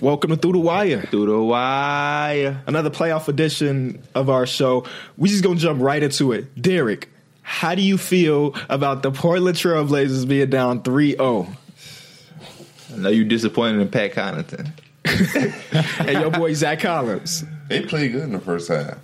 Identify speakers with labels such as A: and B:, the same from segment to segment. A: Welcome to Through the Wire,
B: Through the wire.
A: another playoff edition of our show. We just gonna jump right into it. Derek, how do you feel about the Portland Trailblazers being down oh? 3-0?
B: I know you disappointed in Pat Connaughton.
A: And your boy Zach Collins.
C: They played good in the first half.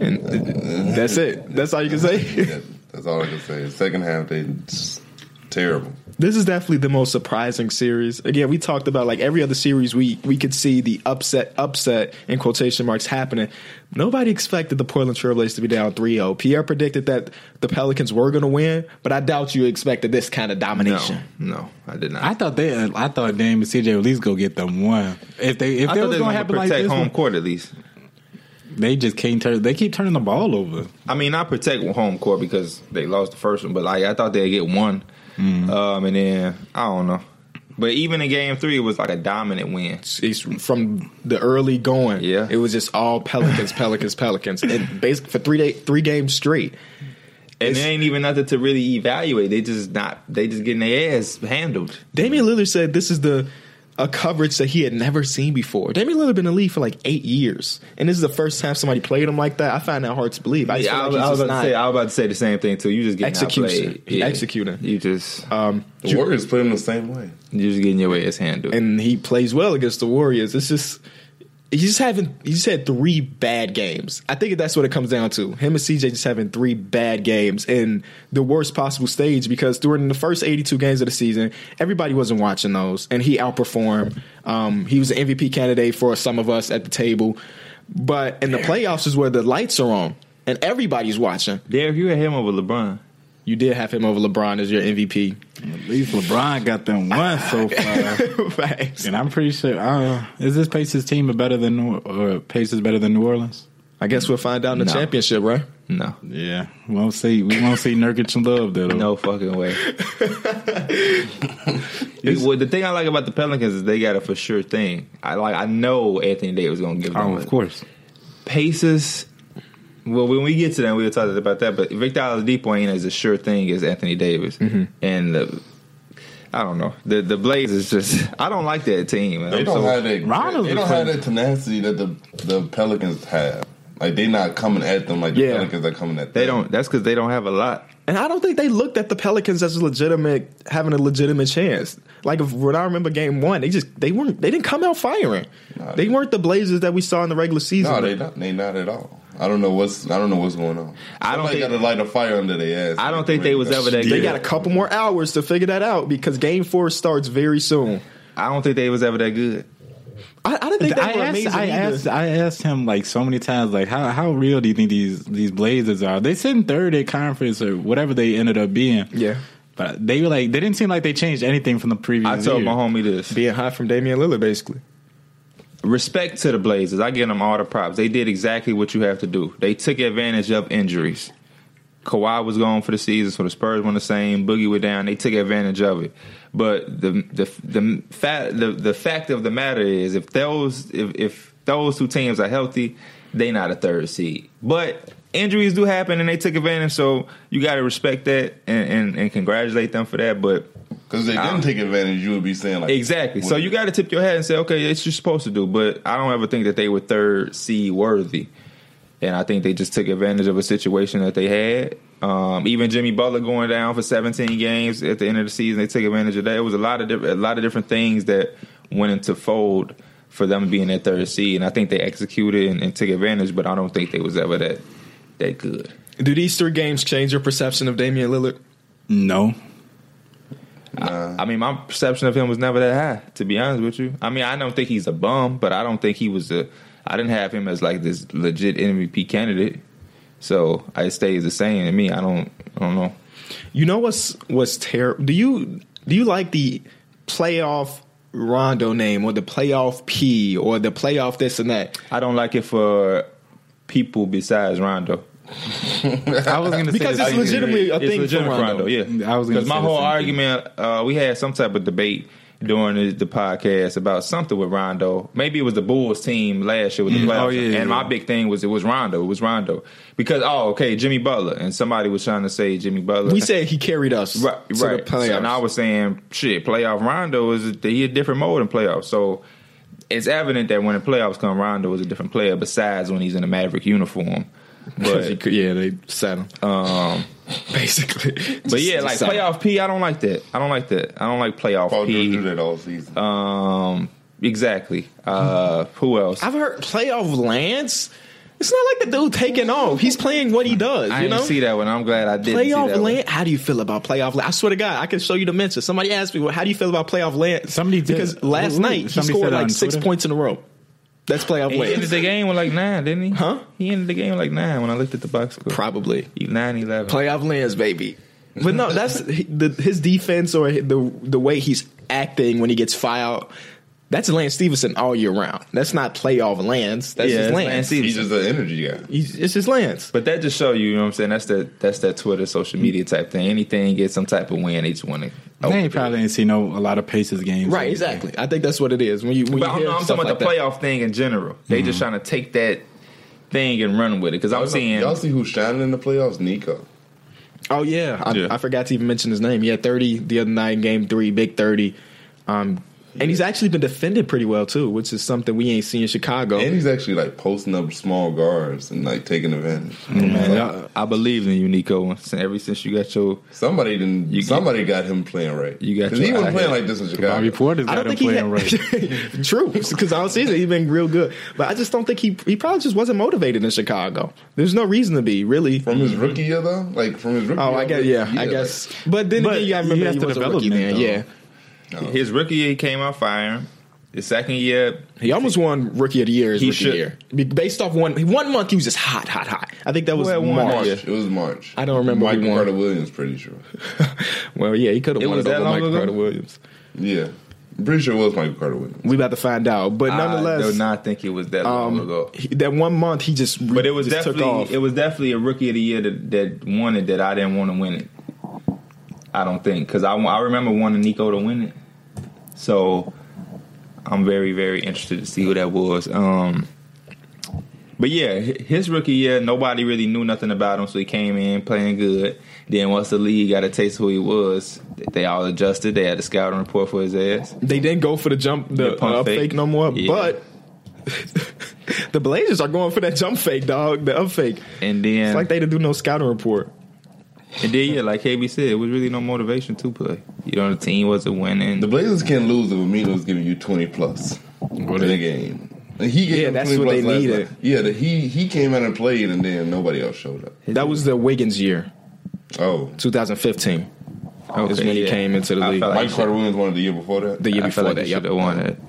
A: And th- th- that's it. That's all you can say.
C: Yeah, that's all I can say. Second half, they just terrible.
A: this is definitely the most surprising series. Again, we talked about like every other series we we could see the upset upset in quotation marks happening. Nobody expected the Portland Trailblazers to be down 3-0. Pierre predicted that the Pelicans were going to win, but I doubt you expected this kind of domination.
B: No, no, I did not.
D: I thought they, I thought Dame and CJ would at least go get them one. If they, if
B: I
D: they
B: thought were
D: was gonna
B: gonna
D: happen like
B: protect
D: this,
B: home
D: one,
B: court at least.
D: they just can't turn. They keep turning the ball over.
B: I mean, I protect home court because they lost the first one, but like I thought they'd get one, um, and then I don't know. But even in game three, it was like a dominant win.
A: it's from the early going.
B: Yeah.
A: it was just all Pelicans, Pelicans, Pelicans, and basically for three day, three games straight.
B: And
A: It's-
B: there ain't even nothing to really evaluate. They just not. They just getting their ass handled.
A: Damian Lillard said this is the a coverage that he had never seen before. Damian Lillard been in the league for like eight years, and this is the first time somebody played him like that. I find that hard to believe. I, just
B: Yeah, I,
A: feel
B: was-
A: like
B: I
A: he's
B: was
A: just
B: about
A: not.
B: to say. I was about to say the same thing too. You just getting
A: Execution.
B: outplayed.
A: He executing.
B: You just
A: um,
C: The Warriors played them the same way.
B: you just getting your ass handled.
A: and he plays well against the Warriors. It's just he's just having he just had three bad games. I think that's what it comes down to. Him and CJ just having three bad games in the worst possible stage because during the first 82 games of the season, everybody wasn't watching those, and he outperformed. Um, he was an MVP candidate for some of us at the table, but in the playoffs is where the lights are on and everybody's watching.
B: Derek, you had him over LeBron.
A: You did have him over LeBron as your MVP.
D: At least LeBron got them one so far.
A: Facts.
D: And I'm pretty sure. Uh, is this Pacers team better than New, or Pacers better than New Orleans?
A: I guess we'll find out in the
B: No.
A: championship, right?
B: No,
D: Yeah, we won't see. We won't see Nurkic and Love though.
B: no fucking way. well, the thing I like about the Pelicans is they got a for sure thing. I like. I know Anthony Davis gonna give them.
D: oh,
B: a-
D: of course.
B: Pacers. Well, when we get to them, we'll talk about that. But Victor Oladipo ain't as a sure thing as Anthony Davis,
D: Mm-hmm.
B: and the, I don't know. The the Blazers just I don't like that team.
C: They
B: I'm
C: don't
B: so-
C: have that.
D: Ronald's
C: they
D: the
C: don't have that tenacity that the the Pelicans have. Like they not coming at them like the
A: Yeah.
C: Pelicans are coming at them.
B: They don't. That's because they don't have a lot.
A: And I don't think they looked at the Pelicans as a legitimate having a legitimate chance. Like if, when I remember game one, they just they weren't they didn't come out firing.
C: Nah,
A: they
C: they-
A: weren't the Blazers that we saw in the regular season.
C: No, they not. They not at all. I don't know what's. I don't know what's going on.
B: I don't
C: Somebody
B: think-
C: got to light a fire under their ass.
B: I don't think they was ever that
A: They
B: good.
A: got a couple more hours to figure that out because game four starts very soon.
B: I don't think they was ever that good.
A: I, I didn't think they
D: I
A: were
D: asked,
A: amazing.
D: I
A: either.
D: asked, I asked him like so many times, like how how real do you think these these Blazers are? They sit in third at conference or whatever they ended up being.
A: Yeah.
D: but they were like they didn't seem like they changed anything from the previous.
B: I told
D: year.
B: my homie this.
A: being high from Damian Lillard basically.
B: Respect to the Blazers. I give them all the props. They did exactly what you have to do. They took advantage of injuries. Kawhi was gone for the season, so the Spurs won the same. Boogie went down. They took advantage of it. But the the the fact the, the fact of the matter is, if those if if those two teams are healthy, they not a third seed. But injuries do happen, and they took advantage. So you got to respect that and, and and congratulate them for that. But
C: Because they
B: I-
C: didn't take advantage. You would be saying like
B: Exactly. So
C: what-
B: you got to tip your hat and say, okay, it's you're supposed to do. But I don't ever think that they were third seed worthy, and I think they just took advantage of a situation that they had. Um, even Jimmy Butler going down for 17 games at the end of the season, they took advantage of that. It was a lot of diff- a lot of different things that went into fold for them being that third seed, and I think they executed and, and took advantage. But I don't think they was ever that that good.
A: Do these three games change your perception of Damian Lillard?
D: No,
B: I mean, my perception of him was never that high, to be honest with you. I mean, I don't think he's a bum, but I don't think he was a. I didn't have him as like this legit MVP candidate, so it stays the same to me. I don't, I don't know.
A: You know what's what's terrible? Do you do you like the playoff Rondo name or the playoff P or the playoff this and that?
B: I don't like it for people besides Rondo.
D: I was gonna
A: Because
D: say
A: it's
D: the same
A: legitimately a
B: It's
A: thing
B: legitimate
A: for Rondo.
B: yeah.
D: I was gonna
B: because my
D: say the
B: whole
D: same thing.
B: argument, uh, we had some type of debate during the, the podcast about something with Rondo. Maybe it was the Bulls team last year with the playoffs.
D: Oh, yeah,
B: and
D: yeah.
B: my big thing was it was Rondo. It was Rondo because oh, okay, Jimmy Butler, and somebody was trying to say Jimmy Butler.
A: We said he carried us
B: right,
A: to
B: right.
A: the playoffs.
B: and I was saying shit, playoff Rondo is he a different mode in playoffs? So it's evident that when the playoffs come, Rondo is a different player. Besides when he's in a Maverick uniform, but
A: yeah, they sat him.
B: um,
A: basically.
B: but yeah, like playoff P, I don't like that. I don't like that. I don't like playoff
C: Paul George do
B: P.
C: that all season.
B: Um, exactly. Uh, who else?
A: I've heard playoff Lance. It's not like the dude taking off. He's playing what he does.
B: I
A: you
B: didn't
A: know?
B: see that one. I'm glad I didn't see that
A: Playoff
B: one.
A: Lance. How do you feel about playoff Lance? I swear to God, I can show you the mention. Somebody asked me, well, how do you feel about playoff Lance?
D: Somebody did.
A: Because last
D: Ooh,
A: night, he
D: somebody said
A: scored
D: that on
A: like six
D: Twitter.
A: points in a row. That's playoff
B: He ended
A: Lance.
B: the game with like nine, didn't he?
A: Huh?
B: He ended the game with like nine when I looked at the box score.
A: Probably.
B: nine eleven.
A: playoff lands, baby. But no, that's he- the, his defense or the the way he's acting when he gets filed. That's Lance Stevenson all year round. That's not playoff Lance. That's
B: Yeah,
A: just
B: it's
A: Lance.
B: Lance
C: He's
B: Stevenson.
C: just an energy guy.
A: He's- it's just Lance.
B: But that just show you, you know what I'm saying? That's that that's that Twitter social media type thing. Anything gets some type of win, they just want to.
D: They ain't probably ain't seen no a lot of Pacers games,
A: Right, exactly. I think that's what it is. When you when
B: But
A: you
B: I'm,
A: hear
B: no, I'm
A: stuff
B: talking
A: like
B: about the
A: that. Mm-hmm.
B: playoff thing in general. They just trying to take that thing and run with it because I'm seeing
C: y'all see who's shining in the playoffs? Nico.
A: Oh yeah. I,
B: Yeah.
A: I forgot to even mention his name. He had 30 the other night in game 3, big 30. Um and he's actually been defended pretty well too, which is something we ain't seen in Chicago.
C: And he's actually like posting up small guards and like taking advantage.
B: man, I, I believe in you, Nico. Since- Ever since you got your
C: Somebody didn't.
B: You-
C: somebody got him playing right.
B: You got
C: 'Cause
B: your
C: he wasn't
B: eye
C: playing
B: hit.
C: like this in Chicago.
D: Bobby Porter's
A: I
D: got
A: don't
D: him
A: think he
D: playing
A: had,
D: right.
A: true because all season he's been real good, but I just don't think he he probably just wasn't motivated in Chicago. There's no reason to be really.
C: from his rookie year though, like from his
A: Mm-hmm.
C: rookie.
A: Oh,
C: year,
A: I guess
C: like,
A: yeah, I
C: like,
A: guess. But then
D: But
A: again, you gotta remember
D: you have
A: he
D: to
A: was a
D: develop
A: rookie
D: him,
A: then.
D: though.
A: Yeah,
B: his rookie year, he came out firing. His second year,
A: he almost won rookie of the year. His
B: He
A: rookie
B: should-
A: year Be- based off one one month, he was just hot, hot, hot. I think that was
B: Well, one
A: March.
C: March. It was March.
A: I don't remember who
C: Michael
A: won.
C: Carter Williams, pretty sure.
A: Well, yeah, he could have
B: It
A: won
B: was
A: it
B: that
A: over
B: long
A: Michael
B: ago?
A: Carter Williams.
C: Yeah, I'm pretty sure it was Michael Carter Williams.
A: We about to find out, but
B: I do
A: nonetheless,
B: not think it was that long ago.
A: um, he- that one month he just re-
B: But it was
A: just took off.
B: definitely it was definitely a rookie of the year that, that won it that I didn't want to win it. I don't think because I wa- I remember wanting Nico to win it, so I'm very very interested to see who that was. Um, but yeah, hi- his rookie year nobody really knew nothing about him, so he came in playing good. Then once the league got a taste of who he was, they all adjusted. They had a scouting report for his ass.
A: They didn't go for the jump, the
B: The pump
A: uh, up fake.
B: fake.
A: no more.
B: Yeah.
A: But the Blazers are going for that jump fake, dog. The up fake.
B: And then
A: It's like they didn't do no scouting report.
B: And then yeah, like KB said, it was really no motivation to play. You know, the team wasn't winning.
C: The Blazers can lose if Amino's giving you twenty plus in
D: is-
C: a game. And he gave
A: Yeah,
C: him
A: that's
C: 20
A: what
C: plus
A: they
C: last
A: needed.
C: night. Yeah, the, he he came out and played, and then nobody else showed up.
A: That was the Wiggins year,
C: Oh,
A: 2015, is when he
B: yeah.
A: came into the
B: I
A: league.
B: felt
C: Michael Carter Williams won it the year before that.
A: the year
B: I
A: before
B: feel like
A: that.
B: he
A: yep.
B: should have won it.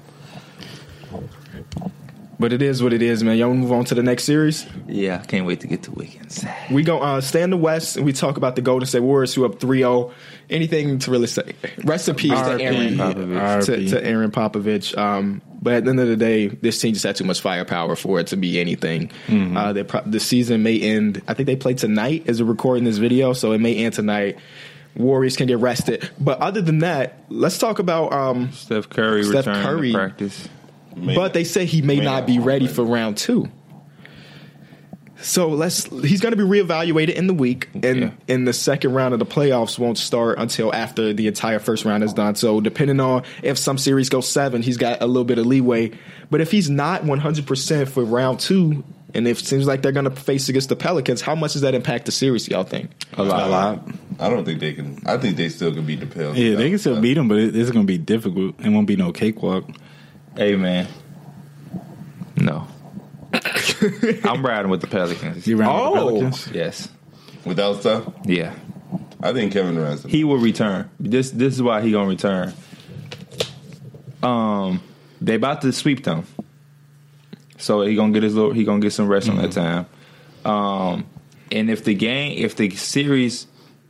A: But it is what it is, man. Y'all move on to the next series.
B: Yeah, I can't wait to get to Wiggins.
A: We go uh, stay in the West and we talk about the Golden State Warriors who up 3-0. Anything to really say? Rest in peace to
D: RIP.
A: Aaron
D: Popovich.
A: To,
D: RIP.
A: to Aaron Popovich. Um, but at the end of the day, this team just had too much firepower for it to be anything. Uh, they pro- the season may end. I think they play tonight as we're recording this video, so it may end tonight. Warriors can get rested. But other than that, let's talk about. Um,
B: Steph Curry
A: Steph
B: returned
A: Curry.
B: to practice.
C: Maybe.
A: but they say he may
C: May
A: not
C: not.
A: be ready for round two. So let's he's going to be reevaluated in the week and
B: Yeah.
A: and the second round of the playoffs won't start until after the entire first round is done. So depending on if some series goes 7, he's got a little bit of leeway. But if he's not 100% for round 2 and if it seems like they're going to face against the Pelicans, how much does that impact the series y'all think?
B: A lot.
D: A lot.
C: I don't think they can. I think they still can beat the Pels.
D: Yeah, they can still beat him, but it, it's gonna be difficult. It won't be no cakewalk.
B: Hey man, no, I'm riding with the Pelicans.
D: You round with the
A: Oh.
D: Pelicans.
B: yes,
C: without stuff.
B: yeah,
C: I think Kevin Durant's.
B: he will return. This this is why he gonna return. Um, they about to sweep them, so he gonna get his little. He gonna get some rest on that time. Um, and if the game, if the series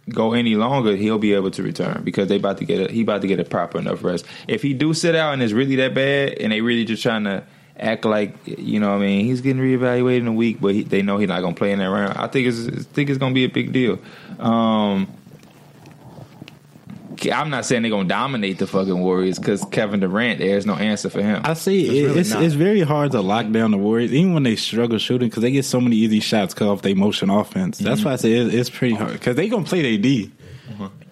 B: go any longer, he'll be able to return because they about to get a, he about to get a proper enough rest. If he do sit out and it's really that bad, and they really just trying to act like you know, what I mean, he's getting reevaluated in a week, but he, they know he's not gonna play in that round. I think it's I think it's gonna be a big deal. Um, I'm not saying they're gonna dominate the fucking Warriors because Kevin Durant, there's no answer for him.
D: I see. It's, it,
A: really
D: it's,
A: not.
D: it's very hard to lock down the Warriors, even when they struggle shooting, because they get so many
A: Mm-hmm. Uh-huh.
D: easy shots cut off their motion offense. That's why I say it, it's pretty hard because they gonna play their D.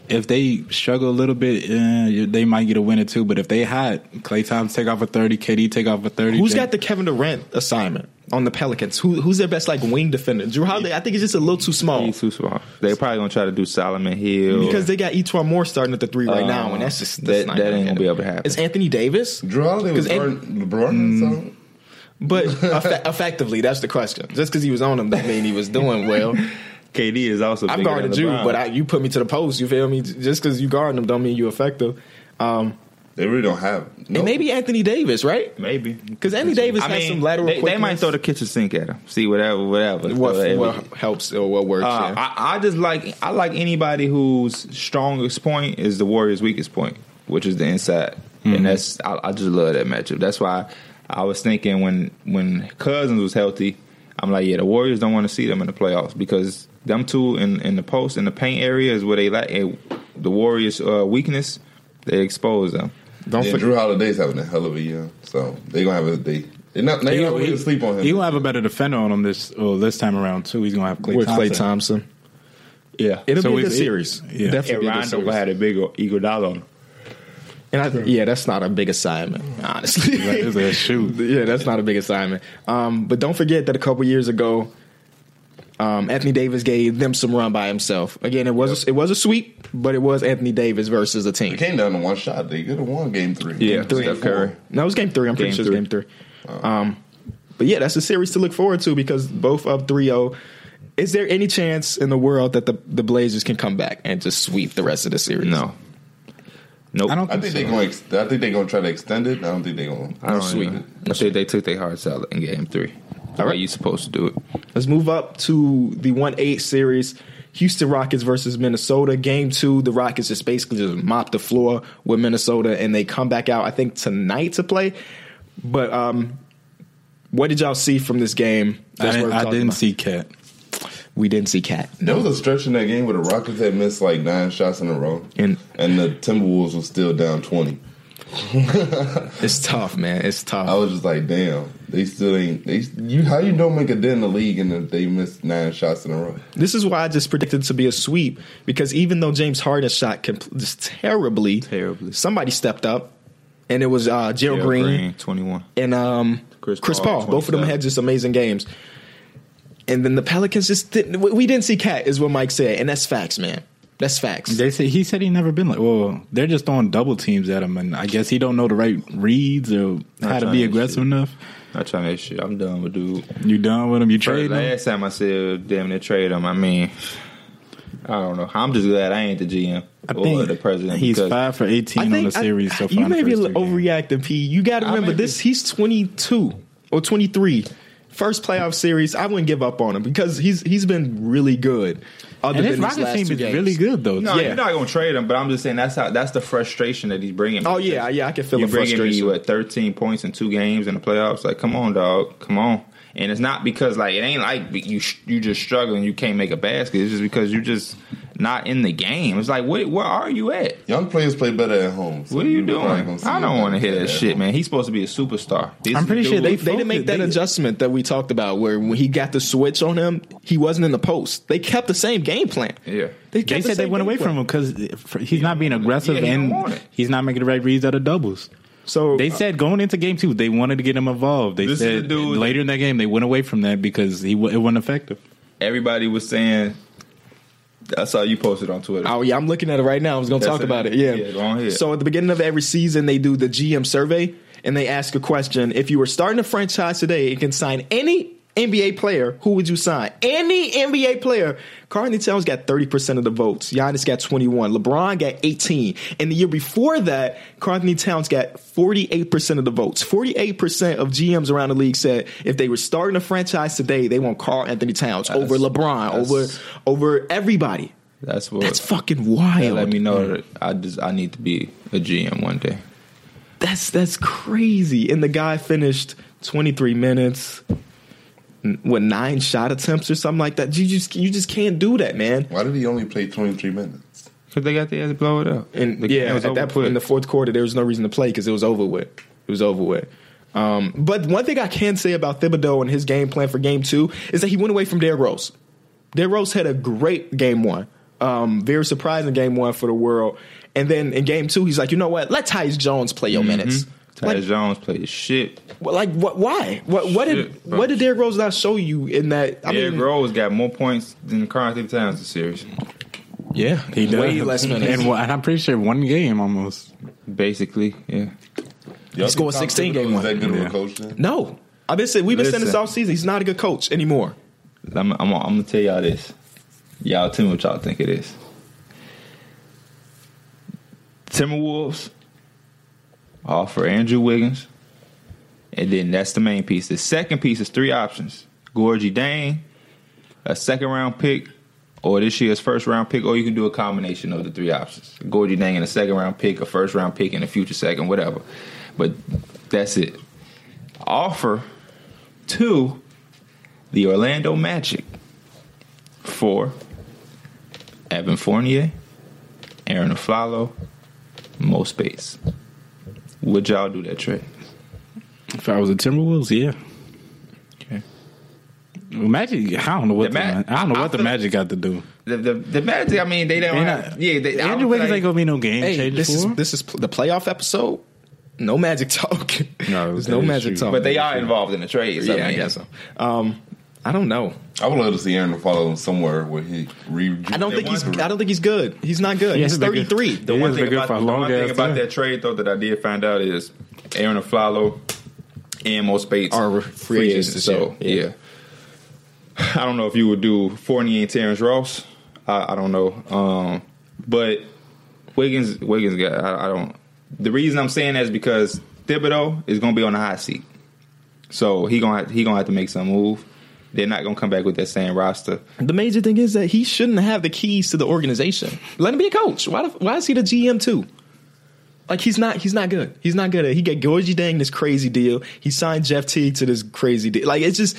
D: if they struggle a little bit, eh, they might get a win or two. But if they hot, Clay Thompson take off a thirty, KD take off a thirty.
A: Who's
D: then-
A: got the Kevin Durant assignment on the Pelicans? Who who's their best like wing defender? Drew Holiday, I think it's just a little too small
B: He's too small. They probably gonna try to do Solomon Hill
A: because they got Etwan Moore starting at the three right
B: Uh,
A: now, and that's just that's
B: that,
A: not
B: that ain't gonna
A: happen.
B: be able to happen.
A: It's Anthony Davis,
C: Drew Holiday was
A: 'Cause An-
C: guarding
D: Mm.
C: LeBron. so
A: but effe- effectively, that's the question. Just because he was on him, that mean he was doing well.
B: KD is also.
A: I'm
B: bigger
A: guarding
B: than
A: you,
B: LeBron.
A: but I, you put me to the post. You feel me? Just because you guarding them, don't mean you effective. Um,
C: They really don't have. No,
A: And maybe Anthony Davis, right?
B: maybe
A: Because Anthony Davis has some lateral.
B: They, they
A: quickness.
B: might throw the kitchen sink at him. See whatever, whatever.
A: what,
B: Whatever.
A: what helps or what works.
B: Uh,
A: yeah.
B: I, I just like I like anybody whose strongest point is the Warriors' weakest point, which is the inside, and that's I, I just love that matchup. That's why I was thinking when when Cousins was healthy, I'm like, yeah, the Warriors don't want to see them in the playoffs because them two in, in the post in the paint area is where they like the Warriors' uh, weakness. They expose them.
A: Don't
C: Yeah,
A: forget.
C: Drew Holiday's having a hell of a year, so they gonna have a day. They're not, they're not really sleep on him.
D: He gonna have a better defender on him this well, this time around too. He's gonna have Clay
A: with
D: Thompson.
A: Clay Thompson.
B: Yeah,
A: It'll
D: So
A: be a good
D: it's- it-
A: series. Definitely be
D: yeah.
A: a good
B: and Rondo
A: series.
B: had a big Iguodala.
A: And I, yeah, that's not a big assignment, honestly.
D: Like, it's a shoot.
A: yeah, that's not a big assignment. Um, but don't forget that a couple years ago, um, Anthony Davis gave them some run by himself. Again, it was it was a sweep, but it was Anthony Davis versus a team.
C: It came down to one shot. They could have won game three.
B: Yeah,
A: three
B: Steph
A: and four.
B: Curry.
A: No, it was game three. I'm pretty
B: Game
A: sure it was game three. Um, but yeah, that's a series to look forward to because both up 3-0. Is there any chance in the world that the, the Blazers can come back and just sweep the rest of the series?
B: No, nope.
D: I don't
C: I think they're gonna. Ex- I think they're gonna try to extend it. I don't think they're gonna.
B: I don't
A: Sweet.
B: even- I think they took their hearts out in game three. All right, you supposed to do it.
A: Let's move up to the 1-8 series. Houston Rockets versus Minnesota. Game two, the Rockets just basically just mop the floor with Minnesota and they come back out, I think, tonight to play. But um, what did y'all see from this game?
D: I
A: That's
D: didn't,
A: worth
D: I
A: talking
D: didn't
A: about.
D: see Cat.
A: We didn't see Cat.
C: There was a stretch in that game where the Rockets had missed like nine shots in a row,
A: And-
C: and the Timberwolves was still down twenty.
A: It's tough, man. It's tough.
C: I was just like, damn, they still ain't. They you how you don't make a dent in the league and if they missed nine shots in a row.
A: This is why I just predicted to be a sweep because even though James Harden shot compl- just terribly,
B: Terribly.
A: somebody stepped up, and it was uh, Gerald
B: Yeah,
A: Green,
B: twenty-one.
A: and um, Chris,
B: Chris
A: Paul.
B: Paul,
A: Both of them
B: 27.
A: had just amazing games. And then the Pelicans just didn't. We we didn't see Cat, is what Mike said, and that's facts, man. That's facts.
D: They say he said he never been like. Well, they're just throwing double teams at him, and I guess he don't know the right reads or how to
B: trying
D: be
B: to
D: aggressive
B: shoot.
D: enough.
B: Not trying to shit. I'm done with dude.
D: You done with him? You
B: But
D: trade him?
B: last time I said damn near trade him. I mean, I don't know. I'm just glad I ain't the GM
D: I
B: or the president.
D: He's
B: because
D: five for eighteen on the series so far.
A: You
D: in the
A: may be
D: first two games.
A: overreacting, P. You got to
B: I
A: remember
B: may be-
A: this. He's twenty two or twenty three. First playoff series, I wouldn't give up on him because he's he's been really good. Other
D: And this
A: than these
D: Rockets
A: last
D: team
A: two
D: is
A: games.
D: really good though.
B: No,
D: Yeah.
A: Yeah.
B: you're not gonna trade him. But I'm just saying that's how that's the frustration that he's bringing.
A: Oh yeah, yeah, I can feel
B: you
A: the
B: bringing me
A: frustration.
B: what 13 points in two games in the playoffs. Like, come on, dog, come on. And it's not because like it ain't like you you just struggling. You can't make a basket. It's just because you just not in the game. It's like, what? Where are you at?
C: Young players play better at home. so
B: What are you
C: we probably
B: doing?
C: gonna see
B: I don't
C: them
B: want to hear
C: play
B: that
C: at
B: shit,
C: home.
B: man. He's supposed to be a superstar. This
D: I'm
B: is
D: pretty
B: the
D: sure
B: dude-
A: They didn't make that
D: They-
A: adjustment that we talked about, where when he got the switch on him, he wasn't in the post. They kept the same game plan.
B: Yeah.
A: they,
D: They
A: kept the
D: said they
A: same
D: went
A: game
D: away
A: plan.
D: from him because he's not being aggressive
B: Yeah, he don't want
D: and
B: it.
D: he's not making the right reads out of doubles.
A: So
D: They said going into game two, they wanted to get him involved. They
B: This is the
D: said
B: dude that-
D: later in that game they went away from that because he wa- it wasn't effective.
B: Everybody was saying. I saw you posted on Twitter.
A: Oh yeah, I'm looking at it right now. I was gonna
B: That's
A: talk
B: it.
A: about it. Yeah.
B: Yeah, go on ahead.
A: So at the beginning of every season, they do the GM survey and they ask a question: If you were starting a franchise today and can sign any NBA player, who would you sign? Any NBA player. Carney Towns got 30% of the votes. Giannis got 21. LeBron got 18. And the year before that, Carney Towns got 48% of the votes. 48% of GMs around the league said if they were starting a franchise today, they want Carl Anthony Towns over LeBron, over
B: that's-
A: over everybody.
B: that's what.
A: That's fucking
B: that
A: wild.
B: let me know that I just I need to be a GM one day.
A: That's that's crazy. And the guy finished 23 minutes n- with nine shot attempts or something like that. You just you just can't do that, man.
C: Why did he only play twenty three minutes?
B: Cause they got the ass blow it up.
A: And
B: The game
A: yeah,
B: was
A: at
B: over
A: that point in the
B: quick.
A: fourth quarter, there was no reason to play because it was over with. It was over with. Um, but one thing I can say about Thibodeau and his game plan for Game Two is that he went away from Derrick Rose. Derrick Rose had a great Game One. Um, very surprising game one for the world. And then in game two, he's like, you know what? Let Tyus Jones play your minutes.
B: Mm-hmm. Tyus
A: Like,
B: Jones played shit.
A: wh- like what? Why? What? What did?
B: Shit, bro.
A: What did Derrick Rose not show you in that? I
B: Derrick
A: mean,
B: Rose got more points than Carl Towns this series.
A: yeah,
D: He does.
A: way less minutes.
D: And, one- and I'm pretty sure one game almost.
B: Basically, yeah.
C: Y'all
A: scored 16
C: think Tom
A: game one.
C: Thibodeau Is that good of
D: Yeah.
C: a coach then?
A: no, I've been saying we've been saying this
B: Listen.
A: all season. He's not a good coach anymore.
B: I'm, I'm, I'm gonna tell y'all this. Y'all tell me what y'all think it is. Timberwolves offer Andrew Wiggins, and then that's the main piece. The second piece is three options: Gorgie Dane, a second round pick, or this year's first round pick, or you can do a combination of the three options: Gorgie Dane and a second round pick, a first round pick, and a future second, whatever. But that's it. Offer two the Orlando Magic for Evan Fournier, Aaron Aflalo, Mo Space. Would y'all do that trade?
D: If I was a Timberwolves, yeah.
B: Okay.
D: Magic, I don't know what
B: The
D: the,
B: Ma-
D: I don't know
B: I
D: what the
B: feel-
D: Magic got to do.
B: The, the, the Magic, I mean, they don't.
D: They
B: have-
D: not-
B: yeah, they, I
D: Andrew
B: don't
D: Wiggins
B: feel
D: ain't gonna be no game
A: Hey,
D: changer
A: this is
D: for him.
A: this is pl- the playoff episode. No magic talk.
D: No,
A: there's
D: that
A: no
D: is
A: magic
D: true.
A: talk.
B: But they are involved in the trades.
A: Yeah,
B: I, mean,
A: I guess so. Um, I don't know.
C: I would love to see Aaron follow him somewhere where he re.
A: I don't think he's. I don't think he's good. He's not good.
D: Yeah,
A: he's
D: he's not good.
A: thirty three.
B: The
D: He
B: one
D: has
B: thing
D: been good
B: about,
D: for a
B: the
D: long
B: one thing
D: ass
B: about
D: time.
B: that trade though that I did find out is Aaron Aflalo and Mo Spates
A: Are free agents this
B: So
A: year.
B: yeah. I don't know if you would do Fournier and Terrence Ross. I, I don't know, um, but Wiggins Wiggins got. I, I don't. The reason I'm saying that is because Thibodeau is going to be on the hot seat, so he gonna have, he gonna have to make some move. They're not gonna come back with that same roster.
A: The major thing is that he shouldn't have the keys to the organization. Let him be a coach. Why? The, why is he the GM too? Like he's not. He's not good. He's not good. At, he got Gorgie Dang this crazy deal. He signed Jeff Teague to this crazy deal. Like it's just,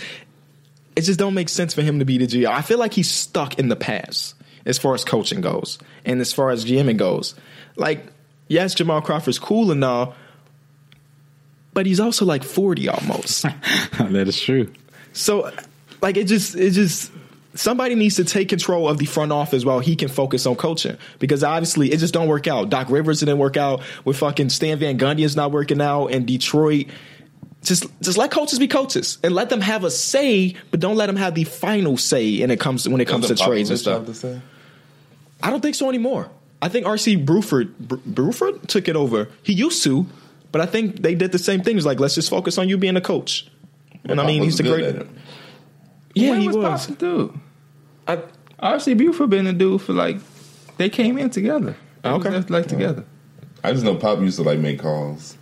A: it just don't make sense for him to be the GM. I feel like he's stuck in the past as far as coaching goes and as far as GMing goes. Like yes, Jamal Crawford's cool and all, but he's also like forty almost.
D: that is true.
A: So, like, it just, it just, somebody needs to take control of the front office while he can focus on coaching because obviously it just don't work out. Doc Rivers didn't work out with fucking Stan Van Gundy is not working out in Detroit. Just, just let coaches be coaches and let them have a say, but don't let them have the final say. And it comes when it comes to trades and stuff. I don't think so anymore. I think RC Bruford Br- Bruford took it over. He used to, but I think they did the same thing. It's like let's just focus on you being a coach. And I mean, he's a great. Yeah,
B: When
A: he was.
B: Pop the dude?
A: I,
B: RC Buford been the dude for like they came in together. They was
A: Okay.
B: just, like together.
C: I just know Pop used to like make calls.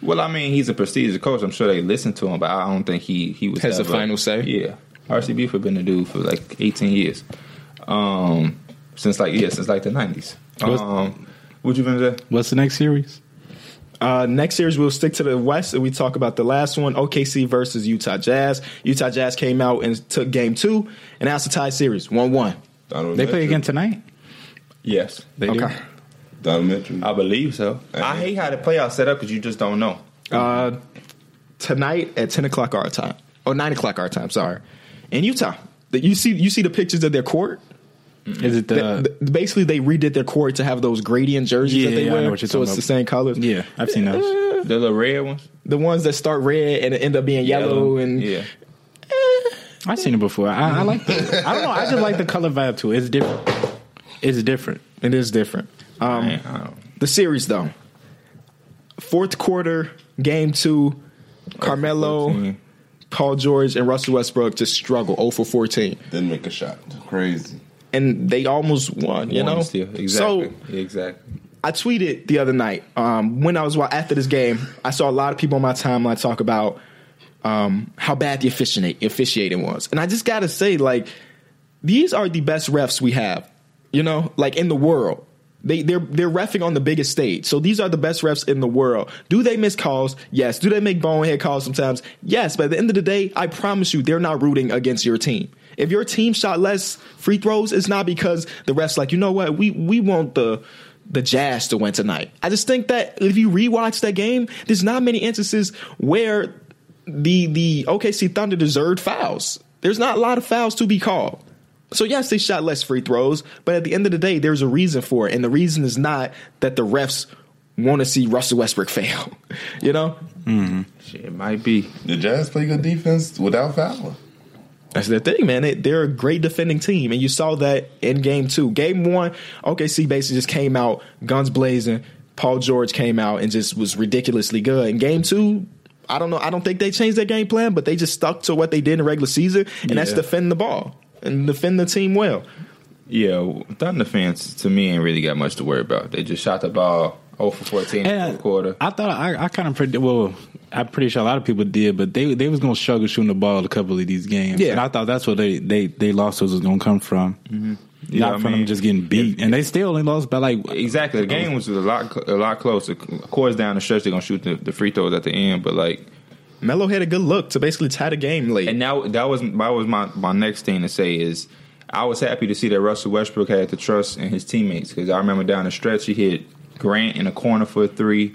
B: Well, I mean, he's a prestigious coach. I'm sure they listened to him, but I don't think he he was
A: Has the
B: ever-
A: final say?
B: Yeah, RC Buford been the dude for like 18 years, um, since like yeah, since like the 90s.
D: Was-
B: Um, what you been say?
D: What's the next series?
A: Uh, next series, we'll stick to the West and we talk about the last one OKC versus Utah Jazz. Utah Jazz came out and took game two, and that's a tie series 1 1.
C: Donovan
D: They play
C: Mitchell.
D: again tonight.
B: Yes,
D: They
A: Okay.
C: Donovan Mitchell.
B: I believe so. I hate how the playoffs set up because you just don't know.
A: Uh, tonight at 10 o'clock our time, or 9 o'clock our time, sorry, in Utah. The- You see, you see the pictures of their court.
D: do. Is it the?
A: Th- th- basically, they redid their court to have those gradient jerseys
D: Uh, Yeah,
A: that they
D: yeah, I
A: wear,
D: know what you're
A: so
D: talking
A: it's the
D: about.
A: same colors.
D: yeah, I've seen those.
B: The little red ones,
A: the ones that start red and end up being yellow, and
B: yeah,
D: I've seen it before. I, I like. The, I don't know. I just like the color vibe to it. It's different. It's different.
A: it is different. Um,
B: Man, I don't-
A: The series, though. Fourth quarter, game two, Carmelo,
B: 14.
A: Paul George, and Russell Westbrook just struggle 0 for 14.
C: Didn't make a shot. Crazy.
A: And they almost won, you
B: One
A: know?
B: still. exactly,
A: So
B: Yeah, exactly.
A: I tweeted the other night um, when I was wa- after this game. I saw a lot of people on my timeline talk about um, how bad the officiate, officiating was, and I just gotta say, like, these are the best refs we have, you know, like in the world. They they're they're refing on the biggest stage, so these are the best refs in the world. Do they miss calls? Yes. Do they make bonehead calls sometimes? Yes. But at the end of the day, I promise you, they're not rooting against your team. If your team shot less free throws, it's not because the refs like you know what we we want the the Jazz to win tonight. I just think that if you rewatch that game, there's not many instances where the the OKC Thunder deserved fouls. There's not a lot of fouls to be called.
E: So yes, they shot less free throws, but at the end of the day, there's a reason for it, and the reason is not that the refs want to see Russell Westbrook fail. you know,
B: Shit, it might be.
C: The Jazz play good defense without fouling.
E: That's the thing, man. They, they're a great defending team, and you saw that in game two. Game one, OKC basically just came out guns blazing. Paul George came out and just was ridiculously good. In game two, I don't know. I don't think they changed their game plan, but they just stuck to what they did in regular season, and that's
D: Yeah.
E: defend the ball and defend the team well.
B: Yeah, Thunder fans to me ain't really got much to worry about. They just shot the ball 0 for 14 in the
D: And
B: fourth quarter.
D: I thought I, I kind of predict. Well, I'm pretty sure a lot of people did, but they they was gonna struggle shooting the ball a couple of these games.
E: Yeah.
D: and I thought that's what they they they losses was gonna come from,
B: Yeah,
D: not
B: I
D: from
B: mean,
D: them just getting beat. and they still only lost by like
B: Exactly. The game was a lot cl- a lot closer. Of course, down the stretch they're gonna shoot the, the free throws at the end, but like
E: Melo had a good look to basically tie the game late.
B: and now that was that was my my next thing to say is I was happy to see that Russell Westbrook had the trust in his teammates because I remember down the stretch he hit Grant in a corner for a three.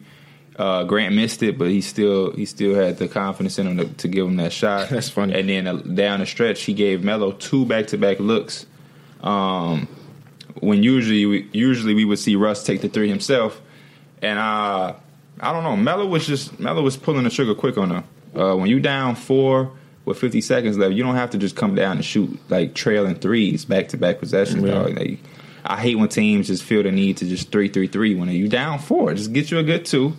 B: Uh, Grant missed it, but he still he still had the confidence in him to, to give him that shot.
E: That's funny.
B: And then uh, down the stretch, he gave Melo two back to back looks. Um, when usually we, usually we would see Russ take the three himself, and uh, I don't know. Melo was just Melo was pulling the trigger quick on him. Uh, when you down four with 50 seconds left, you don't have to just come down and shoot like trailing threes back to back possessions. Dog. Like, I hate when teams just feel the need to just three three three when you down four. Just get you a good two,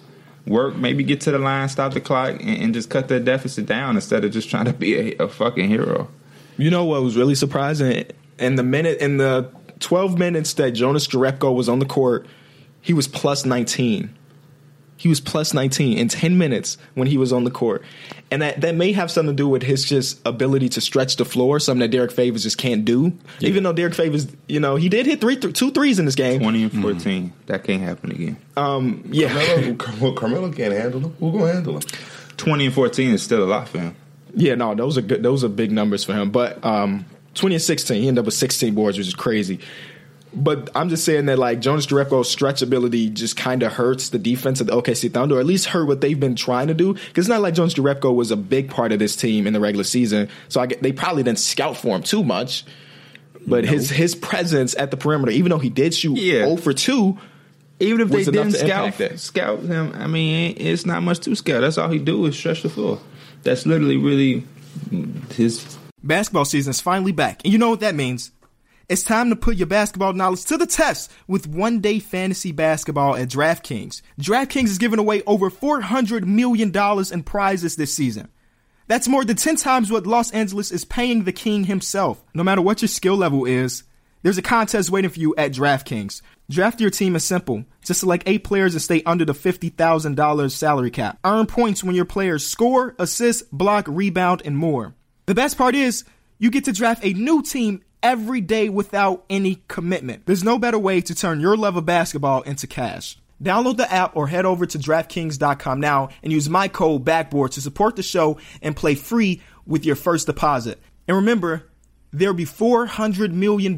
B: work, maybe get to the line, stop the clock, and, and just cut that deficit down instead of just trying to be a, a fucking hero.
E: You know what was really surprising? In the minute, in the twelve minutes that Jonas Jerebko was on the court, he was plus nineteen. He was plus nineteen in ten minutes when he was on the court, and that that may have something to do with his just ability to stretch the floor, something that Derek Favors just can't do. Even though Derek Favors, you know, he did hit three, th- two threes in this game.
B: 20 and 14. Mm-hmm. That can't happen again.
E: Yeah,
C: Carmelo, Car- Carmelo can't handle him. Who gonna handle him?
B: 20 and 14 is still a lot for him.
E: yeah, no, those are good. Those are big numbers for him. But um, twenty and sixteen, he ended up with sixteen boards, which is crazy. But I'm just saying that like Jonas Jerebko's stretchability just kind of hurts the defense of the OKC Thunder, or at least hurt what they've been trying to do. Because it's not like Jonas Jerebko was a big part of this team in the regular season, so I get, they probably didn't scout for him too much. But his his presence at the perimeter, even though he did shoot
B: Yeah.
E: 0 for two,
B: Even if
E: Was
B: they didn't
E: enough to
B: scout
E: impact that.
B: scout him, I mean, it's not much to scout. That's all he do is stretch the floor. That's literally really his.
A: Basketball season is finally back, and you know what that means. It's time to put your basketball knowledge to the test with one day fantasy basketball at DraftKings. DraftKings is giving away over $400 million in prizes this season. That's more than 10 times what Los Angeles is paying the king himself. No matter what your skill level is, there's a contest waiting for you at DraftKings. Draft your team is simple. Just select eight players and stay under the $50,000 salary cap. Earn points when your players score, assist, block, rebound, and more. The best part is, you get to draft a new team every day without any commitment. There's no better way to turn your love of basketball into cash. Download the app or head over to DraftKings.com now and use my code BACKBOARD to support the show and play free with your first deposit. And remember, there'll be $400 million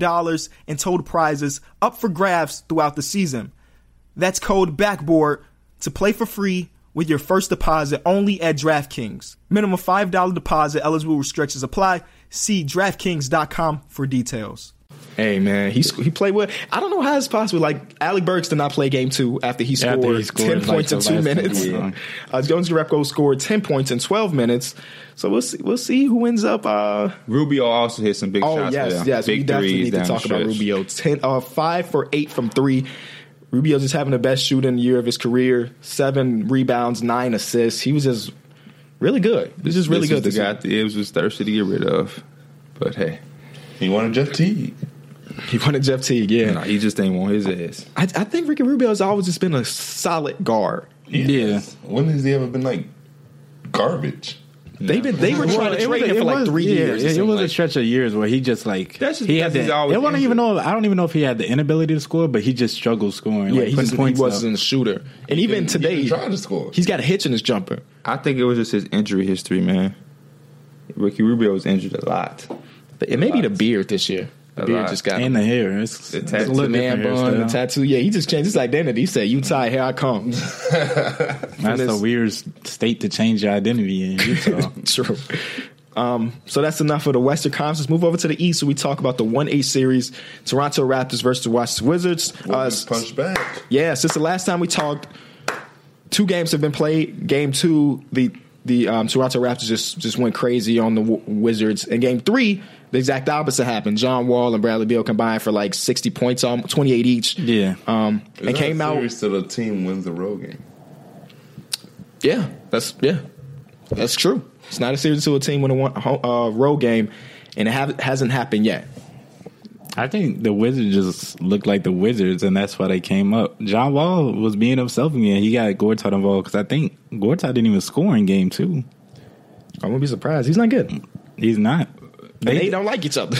A: in total prizes up for grabs throughout the season. That's code BACKBOARD to play for free with your first deposit only at DraftKings. Minimum $5 deposit, eligible restrictions apply. See DraftKings.com for details.
E: Hey man, he sc- he played well. I don't know how it's possible. Like Alec Burks did not play game two after he
D: Yeah, I
E: scored,
D: think he scored,
E: ten
D: like,
E: points in
D: the
E: two
D: last
E: minutes.
D: minute, yeah.
E: Uh, Jones Repko scored ten points in twelve minutes. So we'll see. We'll see who ends up. Uh,
B: Rubio also hit some big
E: oh
B: shots. for
E: yes,
B: them.
E: yes.
B: big
E: we definitely
B: threes
E: need to
B: down the
E: talk about
B: stretch.
E: Rubio. Ten, uh, five for eight from three. Rubio's just having the best shooting year of his career. Seven rebounds, nine assists. He was just really good. He was just really
B: this
E: good.
B: Is
E: This
B: the guy
E: year.
B: the Ibs was thirsty to get rid of, but hey,
C: He wanted Jeff Teague.
E: He wanted Jeff Teague. Yeah,
B: nah, he just ain't want his ass.
E: I, I think Ricky Rubio has always just been a solid guard.
C: Yes. When has he ever been like garbage?
E: They've been they were
D: Well,
E: trying to
D: it was
E: trade
D: a-
E: him
D: it
E: for like
D: was-
E: three
D: yeah,
E: years.
D: yeah, It,
E: seemed
D: was a
E: like.
D: stretch of years where he just like
B: That's just
D: he
B: because he's
D: that-
B: always
D: It wasn't even
B: injured.
D: know. I don't even know if he had the inability to score, but he just struggled scoring.
E: yeah,
D: like,
E: he,
D: putting
E: just, he
D: points up.
E: wasn't a shooter. And even
C: didn't- he
E: today,
C: didn't try to score.
E: he's got a hitch in his jumper.
B: I think it was just his injury history, man. Ricky Rubio was injured a lot.
E: It may be the beard this year. The
B: A
E: beard
B: lot.
E: just got
D: in
E: him.
D: the hair. It's,
B: The
D: it's a
B: tattoo.
D: little
E: The man
D: different
E: bun, the
D: hairstyle.
E: tattoo. Yeah, he just changed his identity. He said, "You tired? Here I come."
D: That's
E: this-
D: a weird state to change your identity in Utah.
E: True. Um, so that's enough for the Western Conference. Let's move over to the East. So we talk about the one eight series, Toronto Raptors versus the Washington Wizards. Uh,
C: Wizards punch back.
E: yeah, since the last time we talked, two games have been played. Game two, the the um, Toronto Raptors just just went crazy on the w- Wizards. In game three, the exact opposite happened. John Wall and Bradley Beal combined for like sixty points, um, twenty eight each.
D: Yeah.
E: Um, and
C: It's not
E: came
C: a
E: out.
C: series till the team wins the road game.
E: Yeah, that's yeah, that's true. It's not a series to a team with a one, uh, road game, and it ha- hasn't happened yet.
D: I think the Wizards just looked like the Wizards, and that's why they came up. John Wall was being himself again. He got Gortat involved because I think Gortat didn't even score in game two.
E: I wouldn't be surprised. He's not good.
D: He's not.
E: They,
D: They,
E: don't like each other.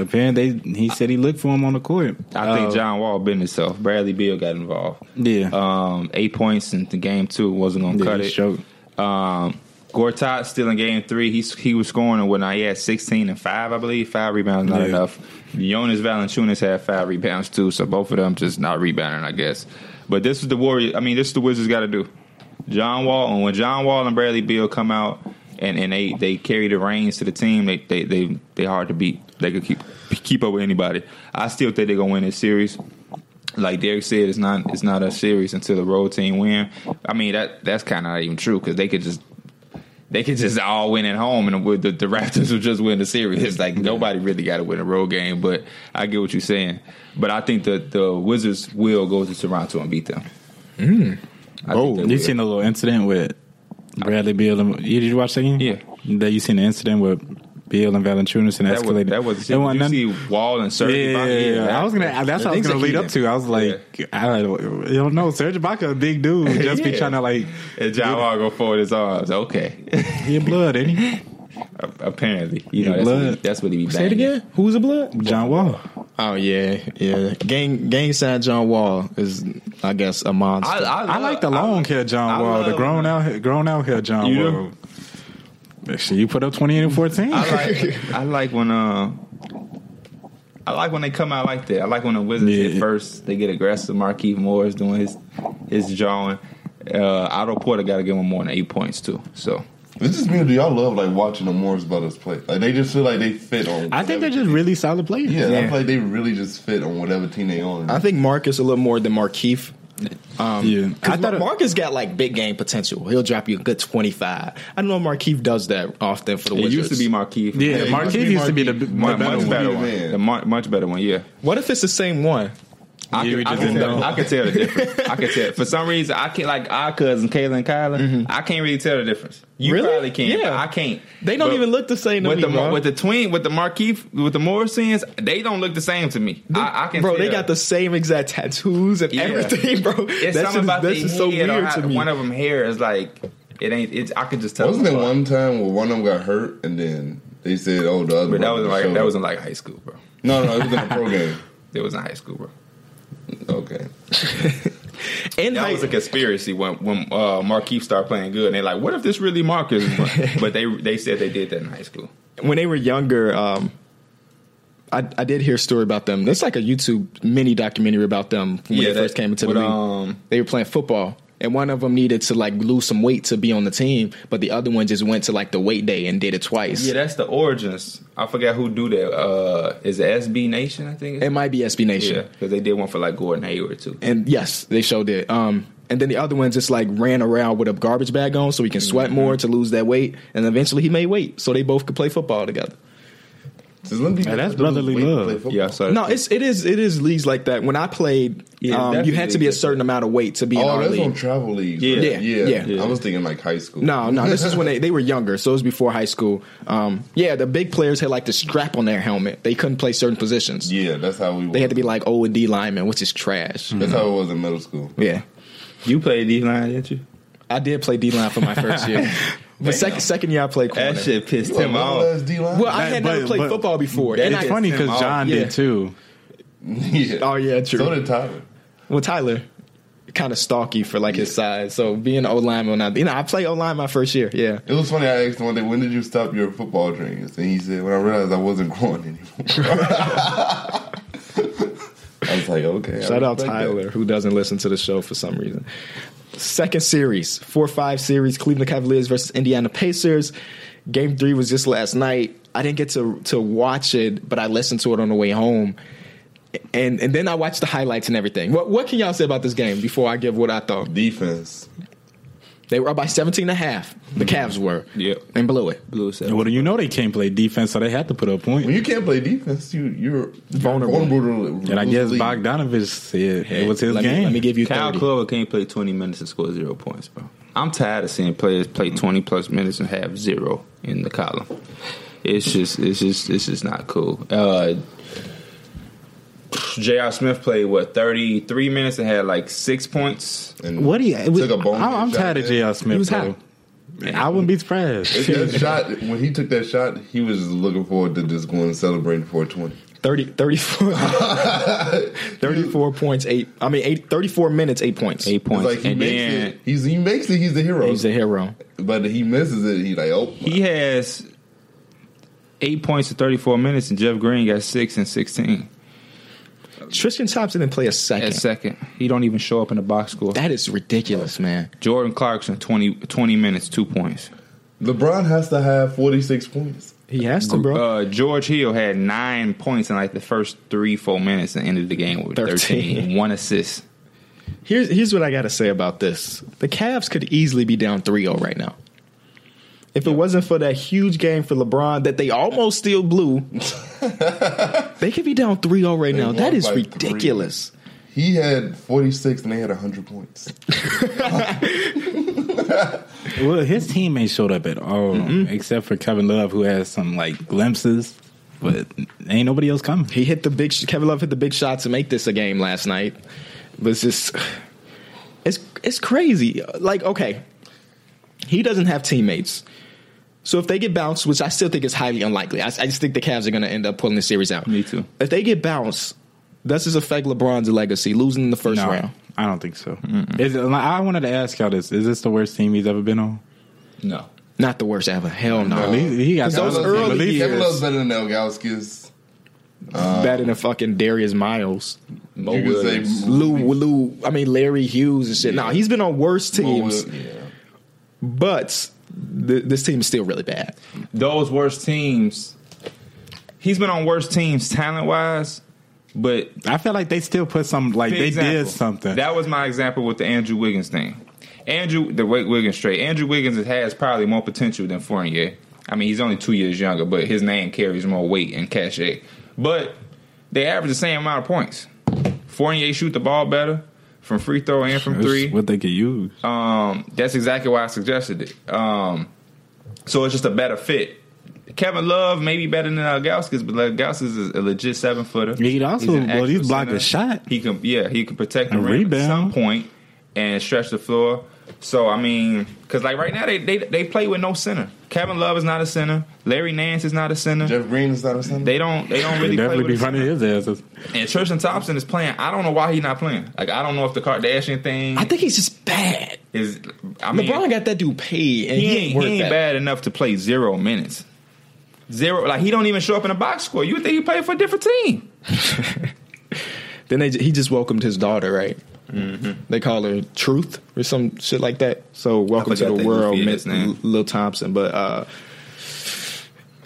D: apparently they, he said he looked for him on the court.
B: I think
E: Oh.
D: Uh,
B: John Wall been himself. Bradley Beal got involved.
D: Yeah.
B: Um, eight points in the game two wasn't gonna
D: Yeah,
B: cut
D: he
B: it.
D: struggled.
B: Um, Gortat still in game three. He he was scoring and whatnot. He had sixteen and five, I believe. Five rebounds not
D: Yeah.
B: enough. Jonas Valanciunas had five rebounds too. So both of them just not rebounding, I guess. But this is the Warriors. I mean, this is the Wizards got to do. John Wall and when John Wall and Bradley Beal come out and, and they they carry the reins to the team, they they they they hard to beat. They could keep keep up with anybody. I still think they're gonna win this series like Derek said, it's not it's not a series until the road team win. I mean that that's kind of not even true because they could just they could just all win at home and with the, the Raptors would just win the series. It's like nobody really got to win a road game, but I get what you're saying. But I think that the Wizards will go to Toronto and beat them. I think
D: Oh,
B: they
D: you
B: will.
D: seen the little incident with Bradley Beal? And, you, did you watch that game?
B: Yeah.
D: That you seen the incident with Beal and Valanciunas and
B: that was
D: escalated.
B: that was
D: It wasn't
B: you
D: none-
B: see Wall and Serge
D: yeah,
B: Ibaka?
D: yeah, yeah. I was gonna. That's what I was
B: Things
D: gonna
B: that he
D: lead up
B: did.
D: to. I was like, I don't, you don't know. Serge Ibaka, a big dude, just be
B: Yeah.
D: trying to like
B: And John Wall go forward his arms. Okay,
D: he in blood, ain't he?
B: apparently, you
D: Yeah,
B: know that's what, he,
D: blood.
B: that's what he be.
E: Say it
B: banging.
E: again. Who's a blood?
D: John Wall.
E: Oh yeah, yeah. Gang gang side John Wall is I guess a monster.
D: I like the
B: love-
D: long hair John
B: I
D: Wall, the
B: love-
D: grown out grown out hair John
B: You
D: Wall. Shit, you put up twenty eight and fourteen.
B: I like I like when uh I like when they come out like that. I like when the Wizards hit
D: Yeah.
B: first. They get aggressive. Marquise Moore is doing his his drawing. Uh, Otto Porter got to give him more than eight points too. So
C: This is me. Do y'all love like watching the Morris brothers play? Like they just feel like they fit on.
D: I think they're
C: whatever
D: just
C: team.
D: really solid players.
C: Yeah, I feel like they really just fit on whatever team they on.
E: I think Marcus a little more than Markeith. Um,
D: Yeah.
E: I
D: I thought it-
E: Marcus got like big game potential. He'll drop you a good twenty five. I don't know if Markeith does that often for the
B: it
E: Wizards.
B: used to be Marquise.
D: yeah. Marquise
C: Marquise-
D: used to be the, the
B: Mu-
D: better
B: much
D: one.
B: better
C: one.
B: one.
C: Yeah.
B: The mu- much better one. Yeah,
E: What if it's the same one?
B: I
D: You
B: could, I
D: just
B: could
D: don't
B: tell,
D: know.
B: I could tell the difference. I could tell. For some reason, I can't like our cousin Kayla and Kyla.
D: Mm-hmm.
B: I can't really tell the difference. You
E: Really?
B: probably can.
E: Yeah.
B: but I can't.
E: They don't
B: But
E: even look the same to
B: with
E: me,
B: the
E: bro.
B: with the twin with the Marquise with the Morrisons. They don't look the same to me. I, I can.
E: bro, they
B: tell.
E: got the same exact tattoos and
B: Yeah.
E: everything, bro.
B: It's
E: That's
B: something
E: just,
B: about
E: that's
B: the
E: just so
B: head or
E: weird
B: how-
E: to me.
B: One of them hair is like it ain't. It's I could just tell.
C: Wasn't
B: them
C: there
B: apart.
C: one time where one of them got hurt and then they said, "Oh, the other."
B: But that
C: brother
B: was like
C: showed
B: that
C: up.
B: was in like high school, bro.
C: no, no, it was in a pro game.
B: It was in high school, bro.
C: Okay,
E: and
B: That
E: like,
B: was a conspiracy when when uh, Markeith started playing good, and they're like, "What if this really Marcus?" was?" but they they said they did that in high school.
E: when they were younger, um, I, I did hear a story about them. There's like a YouTube mini documentary about them from when
B: Yeah,
E: they first
B: that-
E: came into the
B: with,
E: league.
B: um,
E: they were playing football, and one of them needed to like lose some weight to be on the team, but the other one just went to like the weight day and did it twice.
B: Yeah, that's the origins. I forgot who do that. Uh, is it SB Nation? I think.
E: it might be SB Nation.
B: yeah, because they did one for like Gordon Hayward too.
E: And yes, they showed it. Um, and then the other one just like ran around with a garbage bag on so he can sweat
B: Mm-hmm.
E: more to lose that weight. And eventually he made weight so they both could play football together.
C: so let me.
D: Yeah, that's brotherly love.
B: Yeah, so
E: No, it's it is it is leagues like that. When I played,
B: Yeah,
E: um, you had to be a
B: definitely.
E: certain amount of weight to be in
C: Oh,
E: our
C: that's on
E: league.
C: travel leagues.
B: Yeah.
C: right?
E: Yeah,
C: yeah,
E: yeah.
C: I was thinking like high school.
E: No, no, this is when they, they were younger, so it was before high school. Um, yeah, the big players had like the strap on their helmet. They couldn't play certain positions.
C: Yeah, that's how we.
E: They had to be like O and D linemen, which is trash.
C: That's how it was in middle school.
E: Yeah,
B: you played D line, didn't you?
E: I did play D line for my first year, but second second year I played corner.
B: That shit pissed
C: You a
B: him off.
C: little-ass D-line?
E: Well, I
D: That-
E: had never
D: but-
E: played
D: but-
E: football before,
B: that
E: and
B: is
E: I,
D: It's funny because
B: Oh,
D: John
E: yeah.
D: did too.
C: yeah.
E: Oh, yeah, true.
C: So did Tyler.
E: well Tyler, kind of stalky for like his size. So being O lineman, I, you know, I played O line my first year. Yeah,
C: It was funny. I asked him one day, "When did you stop your football dreams?" And he said, "When I realized I wasn't growing anymore." I was like, "Okay." I
E: shout out
C: respect that.
E: Tyler who doesn't listen to the show for some reason. Second series, 4 5 series, Cleveland Cavaliers versus Indiana Pacers. Game three was just last night. I didn't get to, to watch it, but I listened to it on the way home. And and then I watched the highlights and everything. What what can y'all say about this game before I give what I thought?
C: Defense.
E: They were up by 17 and a half. The Cavs were.
B: Yep.
E: And blew it.
B: Blue seven.
D: Well, you know they can't play defense, so they had to put up points.
C: When you can't play defense, you you're
E: Vulnerable.
C: vulnerable to
D: And I guess
C: lose the league.
D: Bogdanovich said it was his
E: let
D: game.
E: Me, let me give you
B: Kyle
E: 30.
B: Clover can't play 20 minutes and score zero points, bro. I'm tired of seeing players play
C: Mm-hmm.
B: 20 plus minutes and have zero in the column. It's just, it's just, it's just not cool. Uh, J.R. Smith played what 33 minutes and had like six points.
C: And
D: what do you?
C: took a bone?
D: I'm, I'm
C: shot
D: tired of
C: in.
D: J.R. Smith.
E: He was
D: bro.
E: hot.
D: I wouldn't be surprised.
C: It's that shot when he took that shot, he was just looking forward to just going and celebrating 420.
E: 30, 34, 34 points, eight. I mean, eight, 34 minutes, eight points.
B: Eight
C: It's
B: points.
C: like he
B: and
C: makes
B: then
C: it. He's he makes it. He's the hero.
E: He's a hero.
C: but he misses it. He like oh.
B: he has eight points in 34 minutes, and Jeff Green got six and 16
E: Tristan Thompson didn't play a second.
B: at second. He don't even show up in the box score.
E: That is ridiculous, man.
B: Jordan Clarkson 20, 20 minutes, two points.
C: LeBron has to have 46 points.
E: He has to, bro.
B: Uh, George Hill had nine points in like the first three, four minutes and ended the game with 13.
E: 13.
B: One assist.
E: Here's here's what I got to say about this. The Cavs could easily be down 3-0 right now. If it wasn't for that huge game for LeBron that they almost still blew, they could be down 3-0 right
C: They
E: now.
C: won
E: That is
C: by three.
E: ridiculous.
C: He had 46 and they had 100 points.
D: well, his teammates showed up at all, except for Kevin Love, who has some like glimpses, but ain't nobody else coming.
E: He hit the big sh- Kevin Love hit the big shot to make this a game last night. But it's just it's it's crazy. Like okay, he doesn't have teammates. So if they get bounced, which I still think is highly unlikely, I, I just think the Cavs are going to end up pulling the series out.
B: Me too.
E: If they get bounced, does this affect LeBron's legacy losing in the first
D: No,
E: round?
D: I don't think so. Is it, I wanted to ask y'all this: Is this the worst team he's ever been on?
B: No.
E: Not the worst ever. Hell no.
D: He, he got
E: Those
C: Kevin
D: some-
C: Love's-
E: early
C: Kevin
E: years.
C: Love's better than Elgauskas.
E: Uh, Better than fucking Darius Miles,
B: Mo
C: You could say
B: Williams.
E: Lou, Lou. I mean Larry Hughes and shit. No, he's been on worse teams,
C: Yeah.
E: but th- this team is still really bad.
B: Those worst teams. He's been on worst teams talent wise, but
D: I feel like they still put some like they did
B: example.
D: something.
B: That was my example with the Andrew Wiggins thing. Andrew, the Wake Wiggins trade. Andrew Wiggins has probably more potential than Fournier. I mean, he's only two years younger, but his name carries more weight and cachet. But they average the same amount of points. Fournier shoot the ball better from free throw and from
D: That's
B: three.
D: what they could use.
B: Um, that's exactly why I suggested it. Um, so it's just a better fit. Kevin Love may be better than Algauskas, but Algauskas is a legit seven footer.
D: He'd also-
B: an
D: well, he'd
B: actual
D: block
B: center.
D: a shot.
B: He can, yeah, he can protect the
D: And
B: rim at
D: rebound.
B: some point and stretch the floor. So I mean, because like right now they, they they play with no center. Kevin Love is not a center. Larry Nance is not a center.
C: Jeff Green is not a center.
B: They don't they don't really
D: They'd
B: play
D: definitely
B: with
D: be
B: a center.
D: running his asses.
B: And Tristan Thompson is playing. I don't know why he's not playing. Like I don't know if the Kardashian thing
E: I think he's just bad.
B: is. I mean,
E: LeBron got that dude paid, and
B: he,
E: he,
B: ain't,
E: ain't worth
B: he ain't
E: that.
B: bad enough to play zero minutes. Zero, like he don't even show up in a box score. You would think he played for a different team.
E: Then they, he just welcomed his daughter, right? They call her Truth or some shit like that. So welcome to
B: forgot
E: the
B: that
E: world,
B: goofy
E: Miss
B: ass name.
E: Lil Thompson. But uh,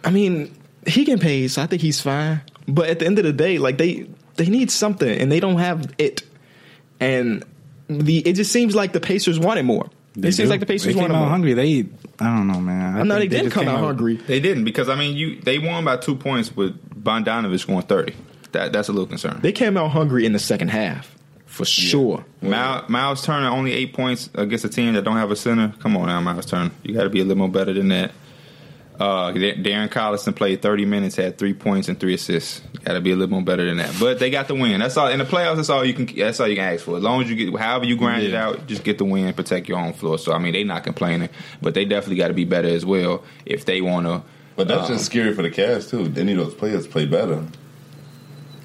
E: I mean, he can pay, so I think he's fine. But at the end of the day, like they they need something, and they don't have it. And the it just seems like the Pacers wanted more.
D: They
E: it seems
D: do.
E: like the
D: they
E: Pacers
D: came
E: wanted
D: out
E: more.
D: hungry. They, I don't know, man. I
E: I know
D: think
E: they, didn't
D: just
E: come
D: came
E: out hungry.
B: They didn't because I mean, you they won by two points with Bondanovich scoring thirty. That that's a little concern.
E: They came out hungry in the second half, for sure.
B: Miles, Miles Turner only eight points against a team that don't have a center. Come on now, Miles Turner, you got to be a little more better than that. Uh, Da- Darren Collison played thirty minutes, had three points and three assists. Got to be a little more better than that. But they got the win. That's all in the playoffs. That's all you can. That's all you can ask for. As long as you get, however you grind it
D: Yeah.
B: out, just get the win, protect your own floor. So I mean, they not complaining, but they definitely got to be better as well if they want to.
C: but that's
B: uh-uh.
C: just scary for the Cavs too. Any of those players play better.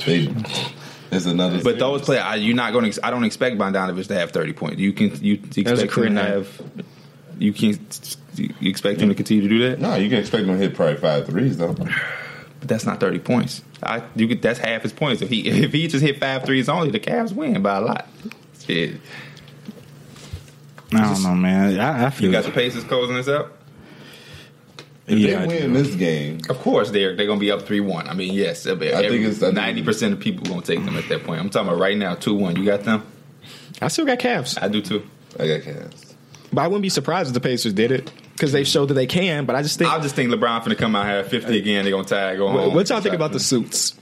C: They, there's another.
B: But those players, I- you're not going. to I don't expect Bondanovich to have 30 points. You can you
E: was a
B: expect
E: career
B: him to
E: night.
B: have. You can you expect him to continue to do that.
C: No, you can expect them to hit probably five threes though.
B: But that's not 30 points. I you could, that's half his points. If he if he just hit five threes only, the Cavs win by a lot. Shit.
D: I don't know, man. I, I feel
B: You got the Pacers closing this out?
C: If
D: Yeah, I
C: they win this game,
B: Of course, they're they're gonna be up three one. I mean, yes, I
C: I think it's- I think-
B: ninety percent of people gonna take them at that point. I'm talking about right now, two one. You got them?
E: I still got Cavs,
B: I do too.
C: I got cast.
E: but I wouldn't be surprised if the Pacers did it because they showed that they can. But I just think.
B: I just think LeBron finna come out here at fifty again. They gonna tag go
E: what
B: home.
E: what y'all think about the suits?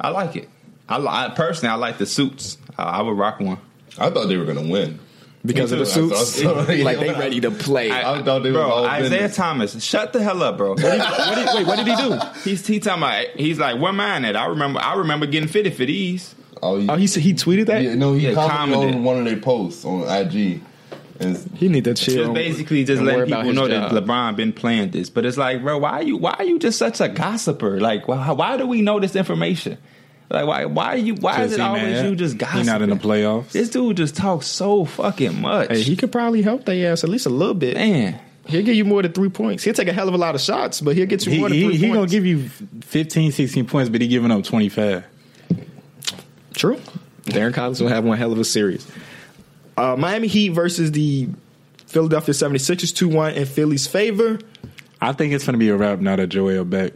B: I like it. I, li- I personally I like the suits. I, I would rock one.
C: I thought they were gonna win.
E: Because of the
C: too. I
E: suits,
C: thought so.
E: like they ready to play.
C: I thought they was
B: bro,
C: all
B: Isaiah
C: business.
B: Thomas, shut the hell up, bro.
E: what did, wait, what did he do?
B: he's he talking about he's like where mine at? I remember I remember getting fitted for these.
C: Oh, you,
E: Oh, he said he tweeted that.
C: yeah, no, he
B: Yeah,
C: commented,
B: commented.
C: on one of their posts on IG. And
E: He need that shit.
B: Just basically just letting people know
E: job.
B: that LeBron been playing this. But it's like, bro, why are you why are you just such a gossiper? Like, why, why do we know this information? Like, why why are you why is it always you just
D: He
B: gossiping?
D: not in the playoffs.
B: This dude just talks so fucking much.
E: Hey, he could probably help their ass at least a little bit.
B: Man,
E: He'll get you more than three points. He'll take a hell of a lot of shots, but he'll get you
D: he,
E: more than
D: he,
E: three
D: he
E: points.
D: gonna give you 15, 16 points, but he giving up twenty five.
E: True. Darren Collins will have one hell of a series. Uh, Miami Heat versus the Philadelphia 76ers 2 1 in Philly's favor.
D: I think it's gonna be a wrap now that Joel back.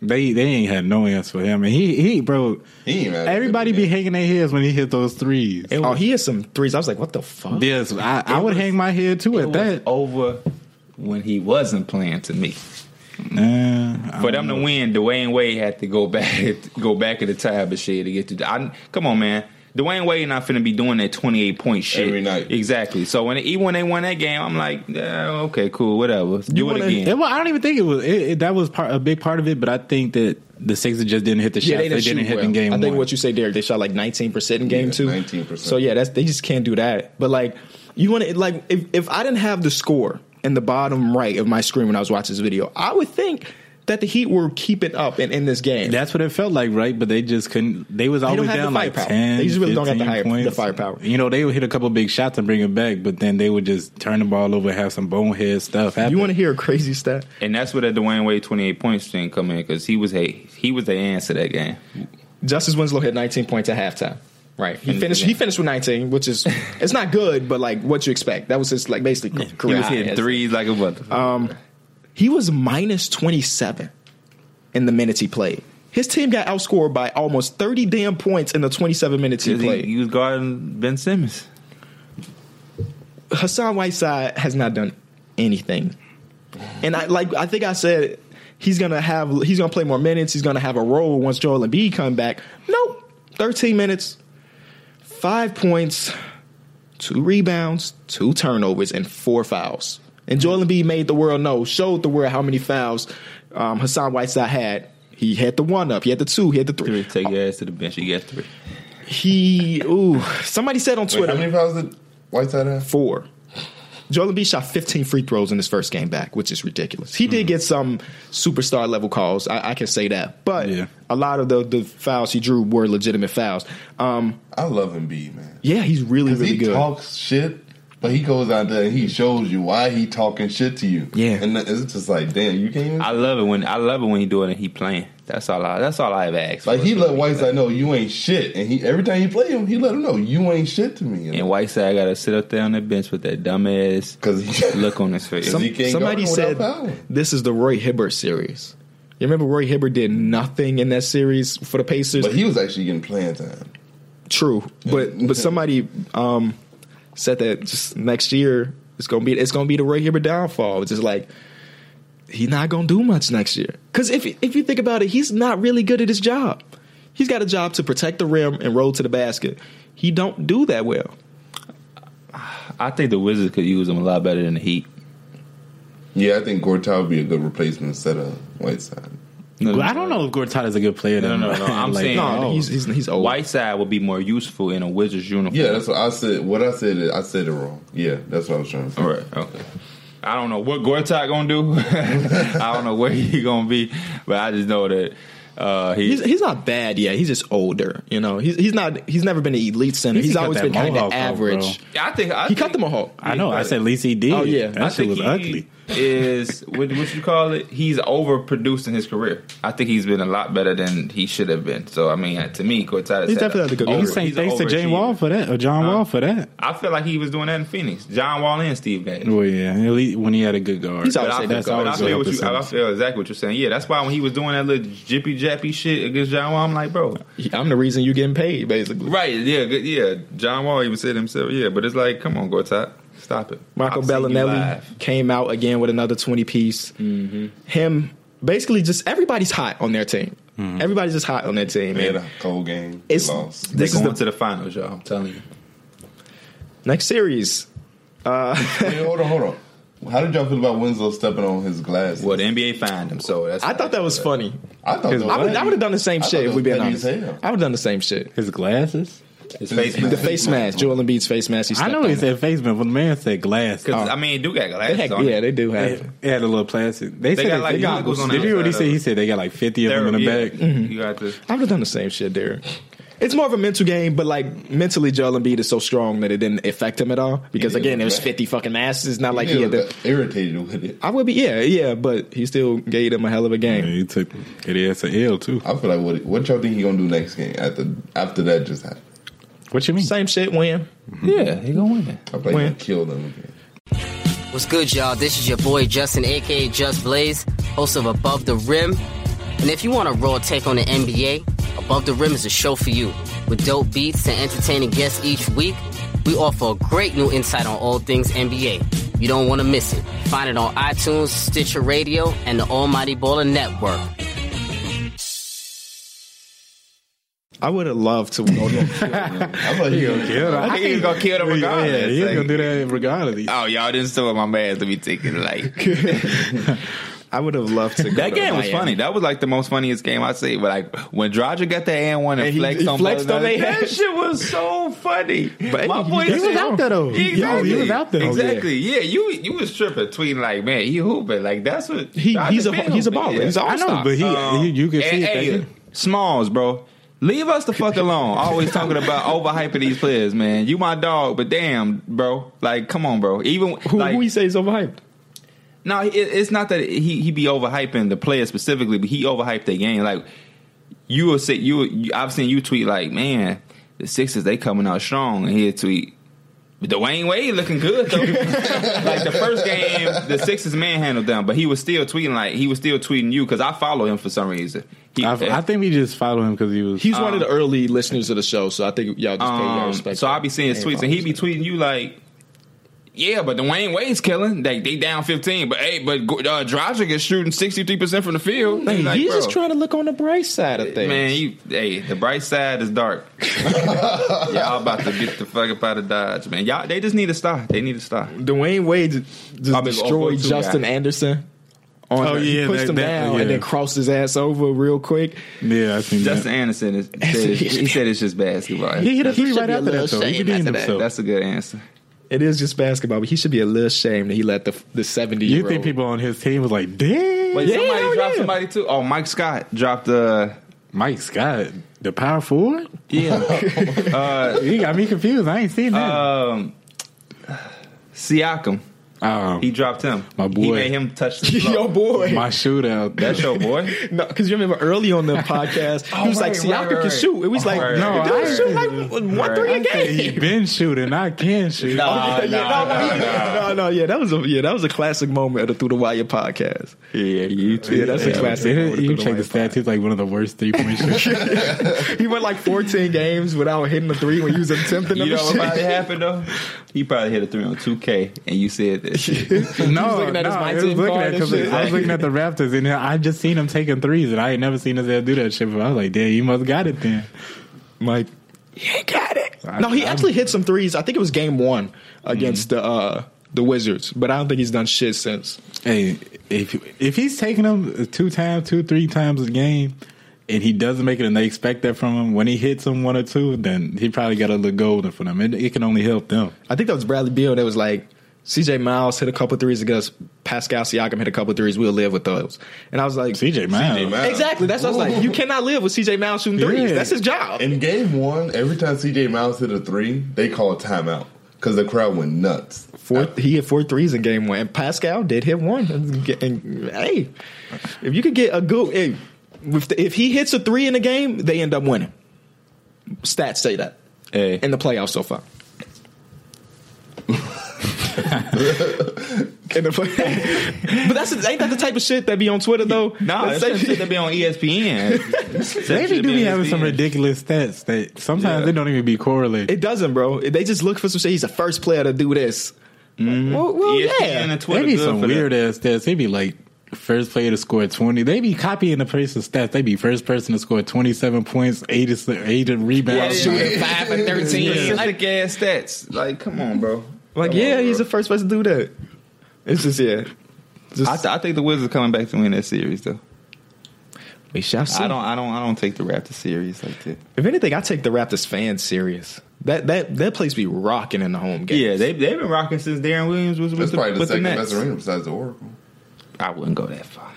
D: They they ain't had no answer for him, and he he bro.
C: he ain't mad at
D: Everybody
C: them.
D: be hanging their heads when he hit those threes.
E: oh, he had some threes. I was like, what the fuck?
D: Yes, I, I would hang my head too
B: it
D: at
B: was
D: that.
B: over when he wasn't playing to me.
D: Nah,
B: For them to win, Dwayne Wade had to go back go back in the time machine to get to. I, come on, man. Dwayne Wade not finna be doing that twenty eight point shit
C: Every night.
B: Exactly. So when even when they won that game, I'm like, yeah, okay, cool, whatever. Do it
E: wanna-
B: again.
D: It, well, I don't even think it was it, it- that was part, a big part of it, but I think that the Sixers just didn't hit the shots.
E: Yeah,
D: they,
E: they didn't,
D: didn't
E: shoot
D: hit
E: well.
D: in game
E: I think
D: one.
E: what you say, Derek, they shot like 19% in game
C: Yeah,
E: two.
C: 19%.
E: So, yeah, that's they just can't do that. But, like, you want to, like, if, if I didn't have the score in the bottom right of my screen when I was watching this video, I would think that the Heat were keeping up and in this game.
D: That's what it felt like, right? But they just couldn't. They was always
E: have the
D: down like
E: firepower.
D: ten.
E: They just really don't have the
D: 15
E: higher- the
D: points.
E: firepower.
D: You know, they would hit a couple big shots and bring it back, but then they would just turn the ball over, have some bonehead stuff happen.
E: you want to hear a crazy stat?
B: And that's where the Dwayne Wade twenty eight points thing come in because he was a he was the answer that game.
E: Justice Winslow had 19 points at halftime. Right. He
B: And-
E: finished.
B: yeah.
E: He finished with 19, which is it's not good, but like what you expect. That was his like basically
B: He
E: career
B: was
E: high.
B: hitting threes like a mother.
E: He was minus 27 in the minutes he played. His team got outscored by almost 30 damn points in the 27 minutes he
B: he,
E: played.
B: he was guarding Ben Simmons.
E: Hassan Whiteside has not done anything. And I like I think I said he's gonna have he's gonna play more minutes, he's gonna have a role once Joel Embiid come back. Nope. 13 minutes, five points, two rebounds, two turnovers, and four fouls. And Joel Embiid made the world know, showed the world how many fouls um, Hassan Whiteside had. He had the one up, he had the two, he had the
B: Three,
E: three.
B: take your ass to the bench. You got three.
E: He ooh, somebody said on
C: Wait,
E: Twitter
C: how many fouls did Whiteside have?
E: four. Joel Embiid shot 15 free throws in his first game back, which is ridiculous. He
C: Hmm.
E: did get some superstar level calls. I, I can say that, but
D: Yeah.
E: a lot of the, the fouls he drew were legitimate fouls. Um,
C: I love Embiid, man.
E: yeah, he's really
C: Because
E: really
C: he
E: good.
C: talks shit, but he goes out there and he shows you why he talking shit to you.
E: Yeah.
C: and th- it's just like, damn, you can't even.
B: I love it when I love it when he doing it. He playing. That's all. I that's all I ever asked.
C: like
B: for.
C: he let Whiteside know you ain't shit, and he every time he played him, he let him know you ain't shit to me.
B: And Whiteside got to sit up there on the bench with that dumbass
C: Because he
B: look on his face.
C: Some-
B: He
C: he can't
E: Somebody
C: guard him
E: said
C: without fouling.
E: this is the Roy Hibbert series. You remember Roy Hibbert did nothing in that series for the Pacers.
C: but he was actually getting playing time.
E: True, but but somebody um, said that just next year it's gonna be it's gonna be the Ray Hibbert downfall. It's just like he's not gonna do much next year because if if you think about it, he's not really good at his job. He's got a job to protect the rim and roll to the basket. He don't do that well.
B: I think the Wizards could use him a lot better than the Heat.
C: Yeah, I think Gortat would be a good replacement instead of Whiteside.
B: No,
D: Well, I don't know if Gortat is a good player.
B: No,
D: then,
B: no, no, no.
D: man.
B: I'm saying-
E: No,
B: Oh.
E: he's, he's he's old.
B: Whiteside would be more useful in a Wizards uniform.
C: Yeah, that's what I said. What I said, is- I said it wrong. Yeah, that's what I was trying to say.
B: All right. Okay. I don't know what Gortat gonna do. I don't know where he gonna be, but I just know that uh, he.
E: He's, he's not bad yet. He's just older. You know, he's he's not he's never been an elite center.
D: He's
E: He's,
D: cut
E: always
D: that
E: been kind
D: mohawk
E: of
D: off, bro.
E: average.
B: I think I
E: He
B: think,
E: cut the mohawk.
D: I know. I said at least he did.
E: Oh, yeah.
D: that
B: I
D: shit
B: think
D: was
B: he-
D: ugly.
B: is what, what you call it. He's overproduced in his career. I think he's been a lot better than he should have been. So I mean, to me, Cortez
E: He's definitely had a good
D: You
E: career.
D: can say thanks to Jane Wall for that or John Wall for that.
B: I feel like he was doing that in Phoenix. John Wall and Steve Nash.
D: Well, yeah, at least when he had a good guard.
E: He's
B: But
E: always
B: I,
E: said
B: but
E: that's
D: always
B: I
D: good
B: feel what you, I
D: episodes.
B: feel exactly what you're saying. Yeah, that's why when he was doing that little jippy jappy shit against John Wall, I'm like, bro,
E: I'm the reason you getting paid, basically.
B: Right, yeah, good, yeah. John Wall even said himself, yeah, but it's like, come on, Gortat, stop it.
E: Marco
B: I've seen you
E: Bellinelli
B: live.
E: came out again with another 20 piece. Him, basically, just everybody's hot on their team. Everybody's just hot on their team.
C: They
E: man.
C: had a cold game. They
E: It's
C: lost.
B: They
E: this is
B: going
E: the
B: to the finals, y'all. I'm telling you.
E: next series.
C: Wait, hold on, hold on. How did y'all feel about Winslow stepping on his glass?
B: Well, the NBA fined him, so that's.
E: I thought that was funny.
C: I thought that
E: I would, I would have done the same
C: I thought
E: shit
C: that
E: if
C: was
E: we been
C: petty
E: honest.
C: as hell.
E: I would have done the same shit.
D: His glasses.
B: his face
E: The Oh.
B: mask.
E: face mask, Joel Embiid's face mask. he
D: I
E: stepped
D: know
E: on
D: he
E: it.
D: said face mask, but the man said glass. oh,
B: Because I mean, do got
E: They
B: glasses
E: had-
B: on.
E: yeah, they do have.
D: It had a little plastic. They, said
B: got,
D: they-
B: like,
D: they got.
B: goggles on the
D: Did you hear what he
B: outside
D: said?
B: of
D: He
B: it.
D: said they got like fifty of
B: They're-
D: them in the
B: yeah.
D: back.
E: Mm-hmm.
B: You got this.
E: I would have done the same shit, Derek. It's more of a mental game, but like mentally, Joel Embiid is so strong that it didn't affect him at all. Because
C: Yeah,
E: again, it was
C: right.
E: fifty fucking masks. It's not like he
C: yeah,
E: had the.
C: irritated with it.
E: I would be, yeah, yeah, but he still gave them a hell of a
D: Yeah,
E: game.
D: he took it as an L too.
C: I feel like what what y'all think he gonna do next game after after that just happened?
D: What you mean?
E: Same shit, win.
B: Yeah, he gonna win.
C: I feel like
E: When?
C: he killed them again.
F: What's good, y'all? This is your boy Justin, aka Just Blaze, host of Above the Rim. And if you want a raw take on the NBA, Above the Rim is a show for you. With dope beats and entertaining guests each week, we offer a great new insight on all things NBA. You don't want to miss it. Find it on iTunes, Stitcher Radio, and the Almighty Baller Network.
E: I would have loved to. win.
C: I feel like he gonna kill
B: I, think he's gonna kill them regardless.
D: Yeah, he's
B: Like,
D: gonna do that regardless.
B: Oh, y'all didn't steal my mask to be taken. Like
E: I would have loved to. go
B: that
E: to
B: game was
E: Miami.
B: funny. That was like the most funniest game I see. But like when Dragic got the and one and,
E: And he-
B: flexed
E: he
B: on
E: flexed
B: Bogdan,
E: on they
B: that
E: head.
B: shit was so funny.
E: But
B: my
E: he-
B: boy
E: he was
B: said-
E: out there,
D: though. Yo, he
B: Exactly.
D: was out there.
B: Exactly. Yeah. you you was tripping, tweeting like, man, he hooping. Like that's what
E: He,
B: Dragic
E: he's a
B: been
E: he's a
B: hooping.
E: baller. He's an
D: I know,
E: all-star.
D: but he,
B: Um,
D: he you can see
B: and,
D: it.
B: hey, Smalls, bro. Leave us the fuck alone. Always talking about overhyping these players, man. You my dog, but damn, bro. Like, come on, bro. Even
E: who,
B: like,
E: who he says overhyped?
B: no, it, it's not that he he be overhyping the player specifically, but he overhyped the game. Like you will say, you, you I've seen you tweet like, man, the Sixers they coming out strong, and he'll tweet. Dwayne Wade looking good though. like the first game, the Sixers manhandled them, but he was still tweeting like he was still tweeting you because I follow him for some reason. He,
D: I, I think we just follow him because he was.
E: He's one of the early listeners of the show, so I think y'all just pay y'all
B: Um,
E: respect.
B: so I'll be seeing his tweets, and he be tweeting you like, "Yeah, but Dwayne Wade's killing. Like they down 15, but hey, but uh, Dragic is shooting 63 percent from the field.
E: Hey,
B: Like,
E: he's
B: bro,
E: just trying to look on the bright side of things.
B: Man, you, hey, the bright side is dark. Y'all about to get the fuck up out of Dodge, man. Y'all, they just need to stop. They need to stop.
E: Dwayne Wade j- just
B: I've been
E: destroyed
B: 0-2
E: Justin
B: guy.
E: Anderson. On
D: Oh,
E: the- he
D: yeah,
E: pushed
D: that-
E: him
D: that-
E: down
D: yeah.
E: and then crossed his ass over real quick.
D: yeah, I think
B: Justin
D: that.
B: Anderson is, said, he said it's just basketball.
D: He hit a three
E: should
D: right
E: be a
D: after that
E: little
D: though. He
E: shame
D: redeemed
E: after that.
D: himself.
B: That's a good answer.
E: It is just basketball, but he should be a little ashamed that he let the the seventy.
D: you think people on his team was like, damn,
B: Wait,
E: Yeah,
B: somebody
E: hell
B: dropped
E: yeah.
B: somebody too. Oh, Mike Scott dropped uh, the.
D: Mike Scott, the power forward?
B: yeah.
D: He got me confused. I ain't seen that.
B: um, Siakam.
D: um,
B: He dropped him.
D: My boy.
B: He made him touch the floor.
E: Yo, boy.
B: Oh
D: my shootout.
B: That's your boy.
E: No, because you remember early on the podcast, he was
B: Oh, right,
E: like,
B: right,
E: "Siakam
B: right,
E: can
B: right.
E: shoot." It was
B: Oh,
E: like,
B: right,
E: "No,
D: right,
E: dude,
D: right.
E: shoot like one
B: Right.
E: three a
D: I said he
E: game."
D: been shooting. I can shoot.
B: Nah,
E: yeah,
B: nah,
E: no,
B: nah,
E: he- no, no, yeah, that was a yeah, that was a classic moment of the Through the Wire podcast.
B: Yeah, you
E: Yeah, that's a classic. moment of
D: you
E: Through
D: check the
E: Wire
D: stats. He's like one of the worst three point shooters.
E: podcast. He went like 14 games without hitting the three when he was attempting
B: You
E: them.
B: know what
E: shit.
B: probably happened though? He probably hit a three on two K, and you said this.
D: no,
E: looking at his
D: no, I
E: my
D: was
E: team
D: looking
E: card
D: at
E: and
D: 'cause I
E: shit.
D: was looking at the Raptors, and I just seen him taking threes, and I ain't never seen his ass do that shit. But I was like, damn, you must got it then.
E: Mike, he got it.
D: I-
E: no, he
D: I'm-
E: actually hit some threes. I think it was game one against the uh, the Wizards, but I don't think he's done shit since.
D: Hey, if if he's taking them two times, two three times a game, and he doesn't make it, and they expect that from him when he hits them one or two, then he probably got to look golden for them. It, it can only help them.
E: I think that was Bradley Beal that was like, CJ Miles hit a couple threes against Pascal Siakam hit a couple threes. We'll live with those. And I was like,
D: CJ Miles,
C: Miles.
E: Exactly. That's what I was like. You cannot live with CJ Miles shooting threes.
D: Yeah.
E: That's his job.
C: In game one, every time CJ Miles hit a three, they call a timeout. because the crowd went nuts.
E: Four, Uh, he hit four threes in game one, and Pascal did hit one. And, and, hey, if you could get a good, hey, if, the, if he hits a three in a game, they end up winning. Stats say that
B: Hey,
E: in the playoffs so far. in the play- but that's ain't that the type of shit that be on Twitter though?
B: nah, that's
E: That's
B: that
E: the-
B: shit that be on E ESPN.
D: They
B: That
D: be do
B: shit
D: be
B: on
D: having some
B: ESPN.
D: ridiculous stats that sometimes
B: Yeah.
D: they don't even be correlated.
E: It doesn't, bro. They just look for some shit. He's the first player to do this. Well, well,
B: E ESPN
E: yeah.
B: and
D: they
B: Twitter
D: be
B: good
D: some
B: for that.
D: weird ass stats. They be like first player to score twenty. They be copying the person's stats. They be first person to score twenty seven points, eight ass- eight rebounds.
B: Yeah, yeah,
D: shooting.
F: Five and thirteen.
B: Like ass stats. Like, come on, bro.
E: Like, yeah, he's the first person to do that. It's just yeah. Just,
B: I, th- I think the Wizards are coming back to win that series, though.
E: we shall see.
B: I don't, I don't, I don't take the Raptors series like that.
E: If anything, I take the Raptors fans serious. That that that place be rocking in the home game.
B: Yeah, they they've been rocking since Darren Williams was
C: That's
B: with
C: probably
B: the,
C: the
B: with the
C: second
B: Nets.
C: best arena besides the Oracle.
B: I wouldn't go that far.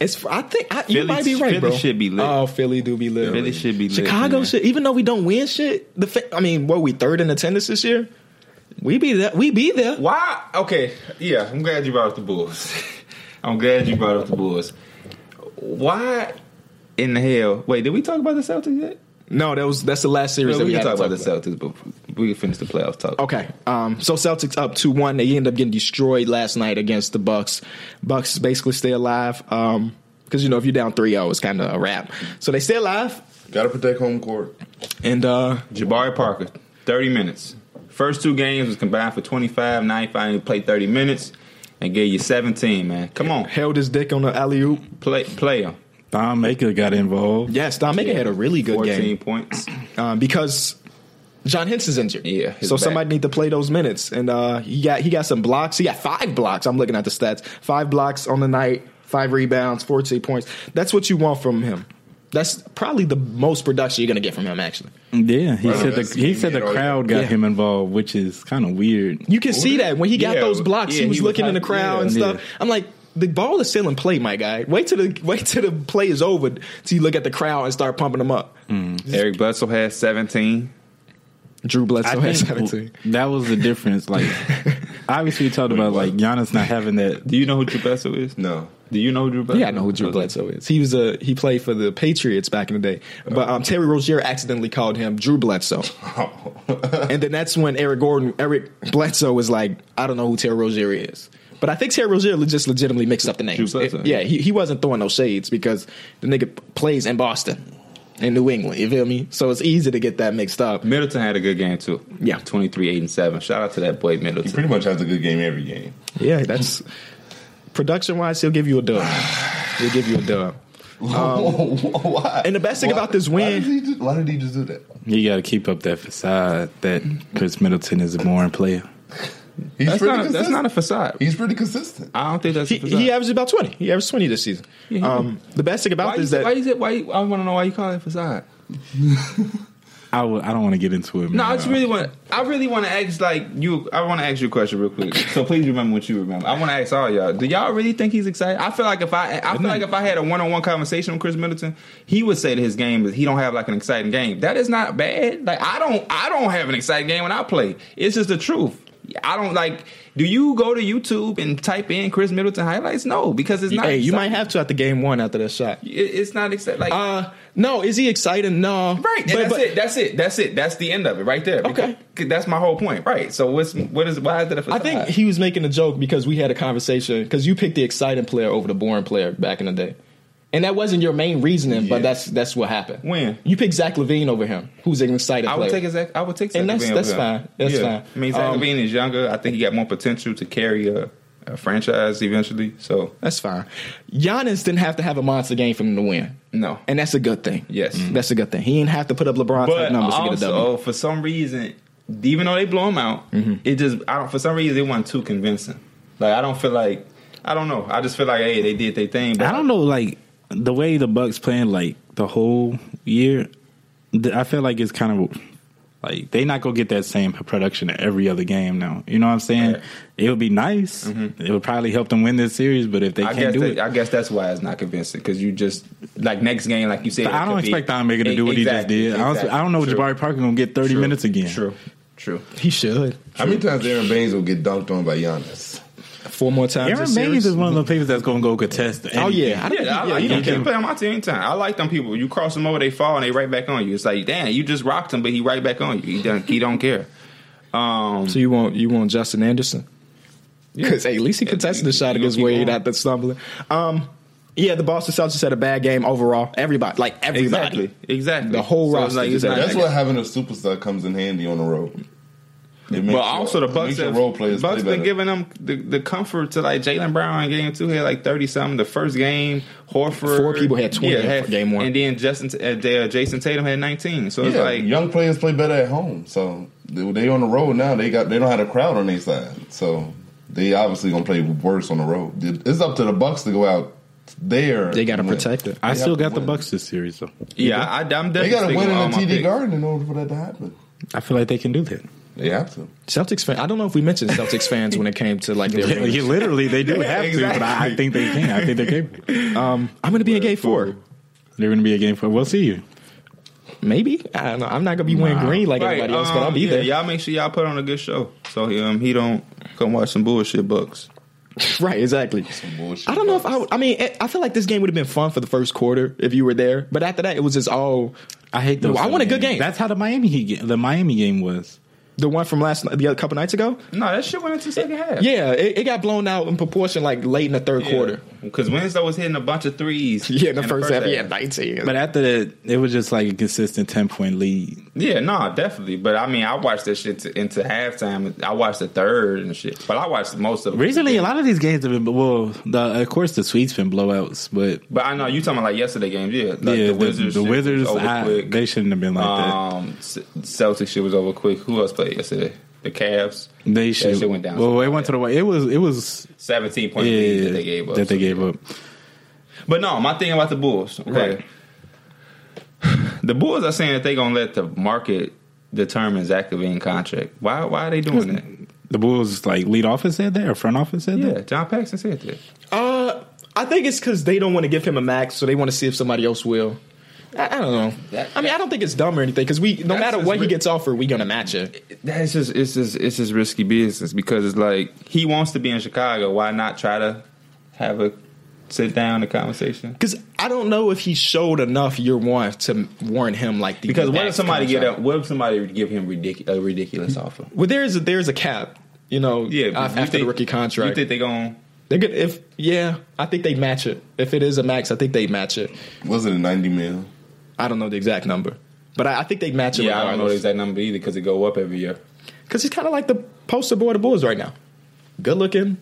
E: it's. I think I, you
B: Philly-
E: might be right,
B: Philly
E: bro.
B: should be lit.
E: Oh, Philly do be lit.
B: Philly should be lit,
E: Chicago
B: man.
E: should. Even though we don't win shit, the fa- I mean, what we third in attendance this year? We be that. We be there.
B: Why? Okay, yeah, I'm glad you brought up the Bulls. I'm glad you brought up the Bulls. Why in the hell? Wait, did we talk about the Celtics yet?
E: No, that was that's the last series
B: we,
E: that we,
B: can
E: had to
B: talk about
E: talk
B: the Celtics, but we can finish the playoffs talk.
E: Okay. Um, so Celtics up two one. They end up getting destroyed last night against the Bucks. Bucks basically stay alive. Um, because you know if you're down 3-0, it's kind of a wrap. So they stay alive,
C: Got to protect home court.
E: and uh,
B: Jabari Parker, 30 minutes. First two games was combined for 25, 95, and played 30 minutes and gave you 17, man. Come on,
E: held his dick on the alley oop.
B: play play him.
D: Thon Maker got involved.
E: Yes, Don Maker had a really good
B: 14
E: game
B: points.
E: um, because John Henson's injured.
B: Yeah, his
E: so
B: back.
E: somebody need to play those minutes, and uh, he got he got some blocks. He got five blocks. I'm looking at the stats. Five blocks on the night. Five rebounds. 14 points. That's what you want from him. That's probably the most production you're gonna get from him. Actually,
D: Yeah, he
C: Right.
D: said the
C: That's-
D: he said the
C: yeah.
D: crowd got
E: Yeah.
D: him involved, which is kind of weird.
E: you can see that when he got
B: Yeah,
E: those blocks,
B: yeah,
E: he was
B: he was
E: looking in the
B: hyped,
E: crowd
B: yeah.
E: and stuff.
D: Yeah.
E: I'm like. The ball is still in play, my guy. Wait till the wait till the play is over till you look at the crowd and start pumping them up.
B: Mm. Eric Bledsoe has 17.
E: Drew Bledsoe had
D: think
E: 17.
D: That was the difference. Like, obviously, we talked about like Giannis not having that.
B: Do you know who Drew Bledsoe is?
C: No.
B: Do you know who Drew Bledsoe?
E: Yeah, I know who Drew
B: is?
E: Bledsoe is. He was a he played for the Patriots back in the day. But um, Terry Rozier accidentally called him Drew Bledsoe, and then that's when Eric Gordon, Eric Bledsoe, was like, I don't know who Terry Rozier is. But I think Terry Rozier le- just legitimately mixed up the names.
B: Drew Bledsoe.
E: yeah, he, he wasn't throwing no shades because the nigga p- plays in Boston, in New England. You feel me? So it's easy to get that mixed up.
B: Middleton had a good game too.
E: Yeah.
B: 23, 8, and 7. Shout out to that boy
C: He
B: Middleton.
C: pretty much has a good game every game.
E: Yeah, that's production wise. He'll give you a dub. He'll give you a dub.
C: Um, why?
E: and the best thing
C: Why-
E: about this
C: why
E: win-
C: did, he just, why did he just do that?
D: You got to keep up that facade that Chris Middleton is a boring player.
C: He's
B: That's
C: pretty
B: not, a,
C: consistent.
B: that's not a facade.
C: He's pretty consistent.
B: I don't think that's
E: He,
B: a facade.
E: he averages about twenty. He averaged twenty this season.
B: Yeah, he
E: um, the best thing
B: why
E: about this
B: is
E: is that
B: it? Why is it? Why? you- I want to know why you call it a facade.
D: I w- I don't want to get into it.
B: No,
D: man.
B: I just really want. I really want to ask like you. I want to ask you a question real quick. So please remember what you remember. I want to ask all y'all. Do y'all really think he's excited? I feel like if I, I feel like if I had a one on one conversation with Chris Middleton, he would say that his game is he don't have like an exciting game. That is not bad. Like I don't, I don't have an exciting game when I play. It's just the truth. I don't like. Do you go to YouTube and type in Chris Middleton highlights? No, because it's not.
E: hey, you might
B: exciting.
E: have to at the game one after that shot.
B: It- It's not exciting. Like
E: Uh, no, is he excited?
B: Right,
E: No,
B: and
E: But-
B: that's
E: but-
B: it. That's it. That's it. That's the end of it, right there.
E: Okay.
B: Because- that's my whole point. Right. So what's what is why is it a
E: I
B: facade?
E: think he was making a joke because we had a conversation because you picked the exciting player over the boring player back in the day, and that wasn't your main reasoning, but that's that's what happened.
B: When?
E: you picked Zach Levine over him, who's an excited
B: I
E: player.
B: would take Zach. I would take Zach
E: And that's-
B: Levine
E: that's
B: over him.
E: fine. That's fine.
B: I mean, Zach
E: Um,
B: Levine is younger. I think he got more potential to carry a, a franchise eventually. So
E: That's fine. Giannis didn't have to have a monster game for him to win.
B: No.
E: and that's a good thing.
B: Yes.
E: that's a good thing. He didn't have to put up LeBron type
B: but
E: numbers to get a W.
B: also for some reason, even though they blow him out,
E: Mm-hmm.
B: it just I don't for some reason it wasn't too convincing. Like I don't feel like I don't know. I just feel like hey, they did their thing. But
D: I don't know, like the way the Bucks playing like the whole year. th- I feel like it's kind of like they not gonna get that same production at every other game now. You know what I'm saying?
B: Right. Mm-hmm.
D: It would be nice. It would probably help them win this series, but if they
B: I
D: can't
B: guess
D: do
B: that,
D: it,
B: I guess that's why it's not convincing because you just like next game, like you said.
D: I
B: it
D: don't
B: could be- e-
D: expect Don Maker to do what he just
B: Exactly,
D: did. I, don't,
B: exactly.
D: I don't know if
B: True.
D: Jabari Parker gonna get 30
B: True.
D: minutes again.
B: True. True.
E: He should.
C: How many times Aaron Baines will get dunked on by Giannis?
E: Four more times.
D: Aaron
E: this
D: Baines
E: series.
D: is one of the people that's going to go contest.
E: Oh
D: anything.
E: yeah, I don't,
B: Yeah, I
E: yeah,
B: like
E: you
B: them.
E: don't
B: They
E: care.
B: play them out to any time. I like them people. You cross them over, they fall, and they right back on you. It's like, damn, you just rocked him, but he right back on you. He don't, he don't care. Um,
E: So you want you want Justin Anderson? Because at least he contested the shot
B: You
E: against
B: keep
E: Wade
B: going.
E: after stumbling. Um, yeah, the Boston Celtics had a bad game overall. Everybody, like everybody,
B: exactly, exactly.
E: The whole
B: So it's
E: roster
B: like, it's
E: just
B: not-
E: had
C: That's why having a superstar comes in handy on the road. It makes
B: But
C: your-
B: also the
C: it
B: Bucks
C: makes your
B: have
C: role players
B: Bucks
C: play
B: been
C: better.
B: giving them the, the comfort to like Jalen Brown in game two had like thirty something. The first game, Horford
E: Four people had 20 in game one.
B: and then Justin uh, Jason Tatum had nineteen. So it's
C: yeah,
B: like
C: young players play better at home. So they, they on the road now. They got they don't have a crowd on their side. So they obviously gonna play worse on the road. It's up to the Bucks to go out there.
E: They got to
C: and win.
E: protect it.
D: I
C: They
D: still
C: have to
D: got the
C: win.
D: Bucks this series though.
B: yeah, I, I'm definitely
C: They got to
B: sticking
C: win
B: with
C: in the
B: all my
C: TD
B: picks.
C: Garden in order for that to happen.
D: I feel like they can do that.
C: They have to.
E: Celtics fan. I don't know if we mentioned Celtics fans when it came to like their.
D: Yeah, literally, they do have to, but I, I think they can. I think they're capable.
E: Um, I'm going to be in game four.
D: They're going to be a game for. We'll see you.
E: Maybe I don't know. I'm not going to be wearing green like everybody else, but
B: um,
E: I'll be
B: yeah,
E: there.
B: Y'all make sure y'all put on a good show so um, he don't come watch some bullshit Bucks.
E: Right, exactly.
C: bullshit
E: I don't know if I.
C: Bucks.
E: Would, I mean, it, I feel like this game would have been fun for the first quarter if you were there, but after that, it was just all
D: I hate those.
E: Well, I want a good
D: games.
E: game.
D: That's how the Miami Heat ga- the Miami game was.
E: the one from last the other couple nights ago.
B: No, that shit went into second half.
E: Yeah, it, it got blown out in proportion like late in the third quarter.
B: because Winslow was hitting a bunch of threes.
E: Yeah, in the
B: in
E: first half, yeah, 19.
D: But after that, it was just like a consistent ten point lead.
B: Yeah, no, definitely. But I mean, I watched that shit to, into halftime. I watched the third and shit. But I watched most of it.
D: Recently, a lot of these games have been well. The, of course, the Swedes been blowouts, but
B: But I know you talking about like yesterday games. Yeah, like
D: yeah,
B: the Wizards.
D: the,
B: shit was
D: Wizards
B: over
D: I-
B: quick.
D: they shouldn't have been like
B: um, C- Celtics shit was over quick. Who else played yesterday? The Cavs.
D: that. They should.
B: shit went down so
D: Well, it
B: bad.
D: went to the way. It was. It was.
B: Seventeen point lead
D: Yeah,
B: that they gave up.
D: That they
B: So,
D: gave
B: yeah.
D: up.
B: But no, my thing about the Bulls. Okay.
E: Right.
B: The Bulls are saying that they gonna let the market determine Zach Levine contract. Why? Why are they doing that?
D: The Bulls like lead office said that, or front office said
B: Yeah,
D: that.
B: John Paxson said that.
E: Uh, I think it's because they don't want to give him a max, so they want to see if somebody else will. I, I don't know. I mean, I don't think it's dumb or anything because we, no
B: That's
E: matter
B: just
E: what he
B: ri-
E: gets offered, we gonna match it.
B: That's just it's just it's just risky business because it's like he wants to be in Chicago. Why not try to have a sit down a conversation?
E: Because I don't know if he showed enough year one to warrant him like the
B: Because what if
E: max
B: somebody get
E: contract.
B: up? What if somebody give him ridic- a ridiculous offer?
E: Well, there's a there's a cap, you know.
B: Yeah,
E: af-
B: but
E: after
B: you
E: the
B: think-
E: rookie
B: You
E: contract,
B: think they going
E: they could if yeah, I think they match it. If it is a max, I think they match it.
C: Was it a ninety mil?
E: I don't know the exact number, but I, I think they match it.
B: Yeah, I don't know the exact number either because it go up every year.
E: because he's kind of like the poster boy of the Bulls right now. Good looking,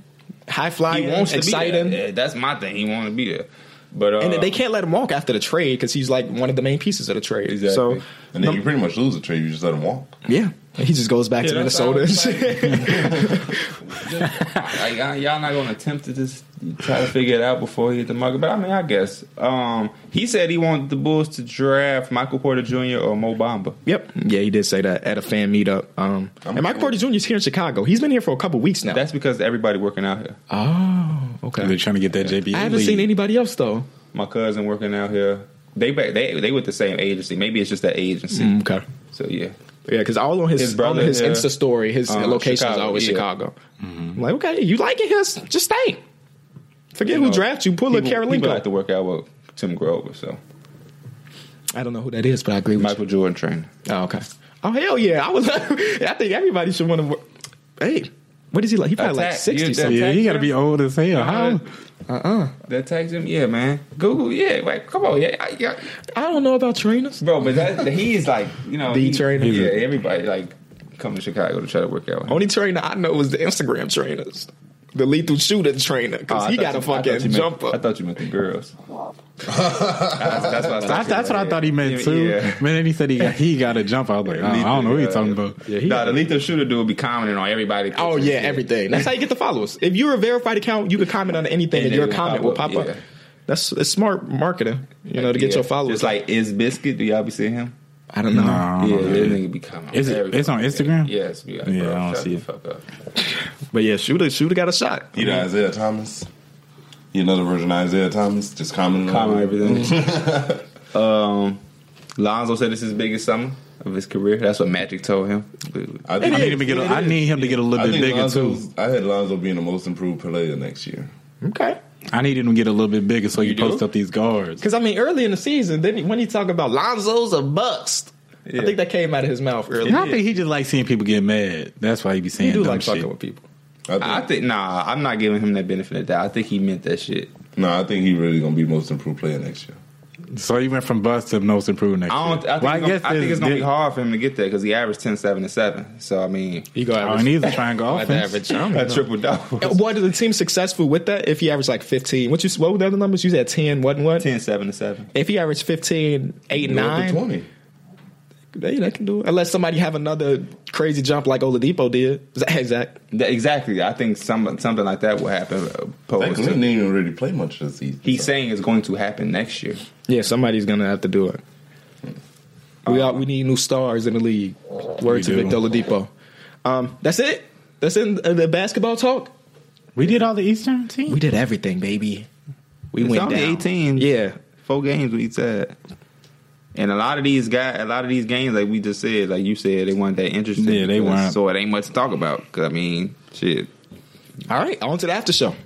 E: high flying, exciting.
B: be there. Yeah, That's my thing. He wants to be there, but uh,
E: and they can't let him walk after the trade because he's like one of the main pieces of the trade.
B: Exactly.
E: So
C: And then you pretty much lose the trade. You just let them walk.
E: yeah, he just goes back
B: Yeah,
E: to
B: that's how
E: Minnesota. And
B: it's
E: shit.
B: Like, y'all y'all not gonna attempt to just try to figure it out before he hit the market. But I mean, I guess um, he said he wanted the Bulls to draft Michael Porter Jr. or Mo Bamba.
E: yep, yeah, he did say that at a fan meetup. Um, and Mike Porter Jr. is here in Chicago. He's been here for a couple weeks now.
B: That's because everybody working out here.
E: oh,
D: They're
E: okay.
D: trying to get that JB.
E: I haven't seen anybody else though.
B: My cousin working out here. They ba- they they with the same agency. Maybe it's just that agency.
E: okay.
B: So yeah,
E: Yeah, because all on his,
B: His brother,
E: all on his
B: yeah.
E: Insta story, his
B: Uh,
E: location is
B: Chicago,
E: always
B: yeah.
E: Chicago. I'm like, okay, you like it here? s- Just stay. Forget
B: You
E: who
B: know,
E: drafts you. Pull a
B: people, people
E: Carolinko.
B: like to work out with Tim Grover. So
E: I don't know who that is, but I agree with you.
B: Michael Jordan trainer.
E: Oh, okay. Oh hell yeah! I was. I think everybody should want to. work. Hey, what is he like? He probably like
B: Attack.
E: sixty
B: You're
E: something.
D: Yeah, he got to be old as hell. How?
B: That tags him, yeah, man. Google, yeah, like, come on, yeah, I- yeah.
E: I don't know about trainers.
B: bro. But that he is like, you know,
E: The
B: he-
E: trainer.
B: Yeah, everybody like come to Chicago to try to work out. with him.
E: Only trainer I know is the Instagram trainers, the lethal shooter trainer,
B: Oh,
E: because
B: I
E: he
B: thought
E: got
B: you-
E: a
B: I thought you
E: fucking
B: meant- I
E: jumper.
B: thought you meant the girls. that's, that's what I,
D: That's, that's what I thought he meant too.
B: Yeah.
D: Man, then he said he got he got a jump. I was like, oh, I don't know what he's talking about.
E: Yeah, he-
B: Nah, the lethal shooter dude be commenting on everybody.
E: Oh
B: pictures,
E: yeah, everything. That's how you get the followers. If you're a verified account, you can comment on anything,
B: And
E: and,
B: it
E: your
B: will
E: comment
B: pop
E: will
B: up,
E: pop up.
B: yeah.
E: That's it's smart marketing, you know, to get
B: Yeah.
E: your followers.
B: Just like is biscuit. Do y'all be seeing him?
E: I don't know.
D: Nah, I don't
B: yeah,
D: know.
B: that nigga be coming.
D: Is it-
B: everybody.
D: it's on Instagram?
B: Yeah, it's, yeah,
D: Yeah,
B: bro,
D: I don't
B: shut
D: see
B: the
D: it.
B: Fuck up.
E: But yeah, shooter, shooter got a shot.
C: You know Isaiah Thomas. You another version of Isaiah Thomas. Just comment. on
B: Comment
C: it.
B: everything. um, Lonzo said it's his biggest summer. of his career. That's what Magic told him.
C: I,
D: I
C: think,
D: need him to get. A, I need him to get a
C: I
D: little bit
C: think
D: bigger too.
C: Lonzo's- I had Lonzo being the most improved player next year.
E: Okay.
D: I need him to get a little bit bigger so he
B: You
D: can post
B: do?
D: up these guards.
E: Because I mean, early in the season, then he- when he talked about Lonzo's a bust, I think that came out of his mouth early.
D: And I think he just like seeing people get mad. That's why he be
E: He
D: saying
E: do
D: dumb
E: like
D: shit.
E: fucking with people.
C: I think,
B: I think nah, I'm not giving him that benefit of the doubt. I think he meant that shit.
C: no, I think he really gonna be most improved player next year.
D: So he went from bust to most improved next
B: I don't.
D: year.
B: I think,
D: Well,
B: it's, gonna, I think
D: there's-
B: it's gonna be hard for him to get there because he averaged 10, 7, and seven. So I mean,
E: He go
D: I don't need the triangle
B: at
D: offense.
B: average, that triple double,
E: What is the team successful with that? If he averaged like fifteen, what you what were the other numbers? You said ten, what and what?
B: 10, 7, and seven.
E: If he averaged 15, 8,
C: Go up to
E: 9,
C: twenty.
E: they, they can do it. Unless somebody have another crazy jump like Oladipo did. Zach, Zach.
B: That- exactly. I think some something like that will happen. uh,
C: Zach
B: opposed
C: Levine
B: to-
C: didn't even really play much this season.
B: He's
C: so.
B: saying it's going to happen next year.
E: Yeah, somebody's going to have to do it. We all, we need new stars in the league. Word
D: We
E: to
D: do.
E: Victor Oladipo. Um, that's it. That's in uh, the basketball talk.
D: We did all the Eastern team.
E: We did everything, baby. We
B: It's
E: went
B: only
E: down.
B: 18.
E: Yeah.
B: four games we said. And a lot of these guys, a lot of these games, like we just said, like you said, they weren't that interesting.
D: Yeah, they
B: because-
D: weren't.
B: So it ain't much to talk about. Because I mean, shit.
E: All right, on to the after show.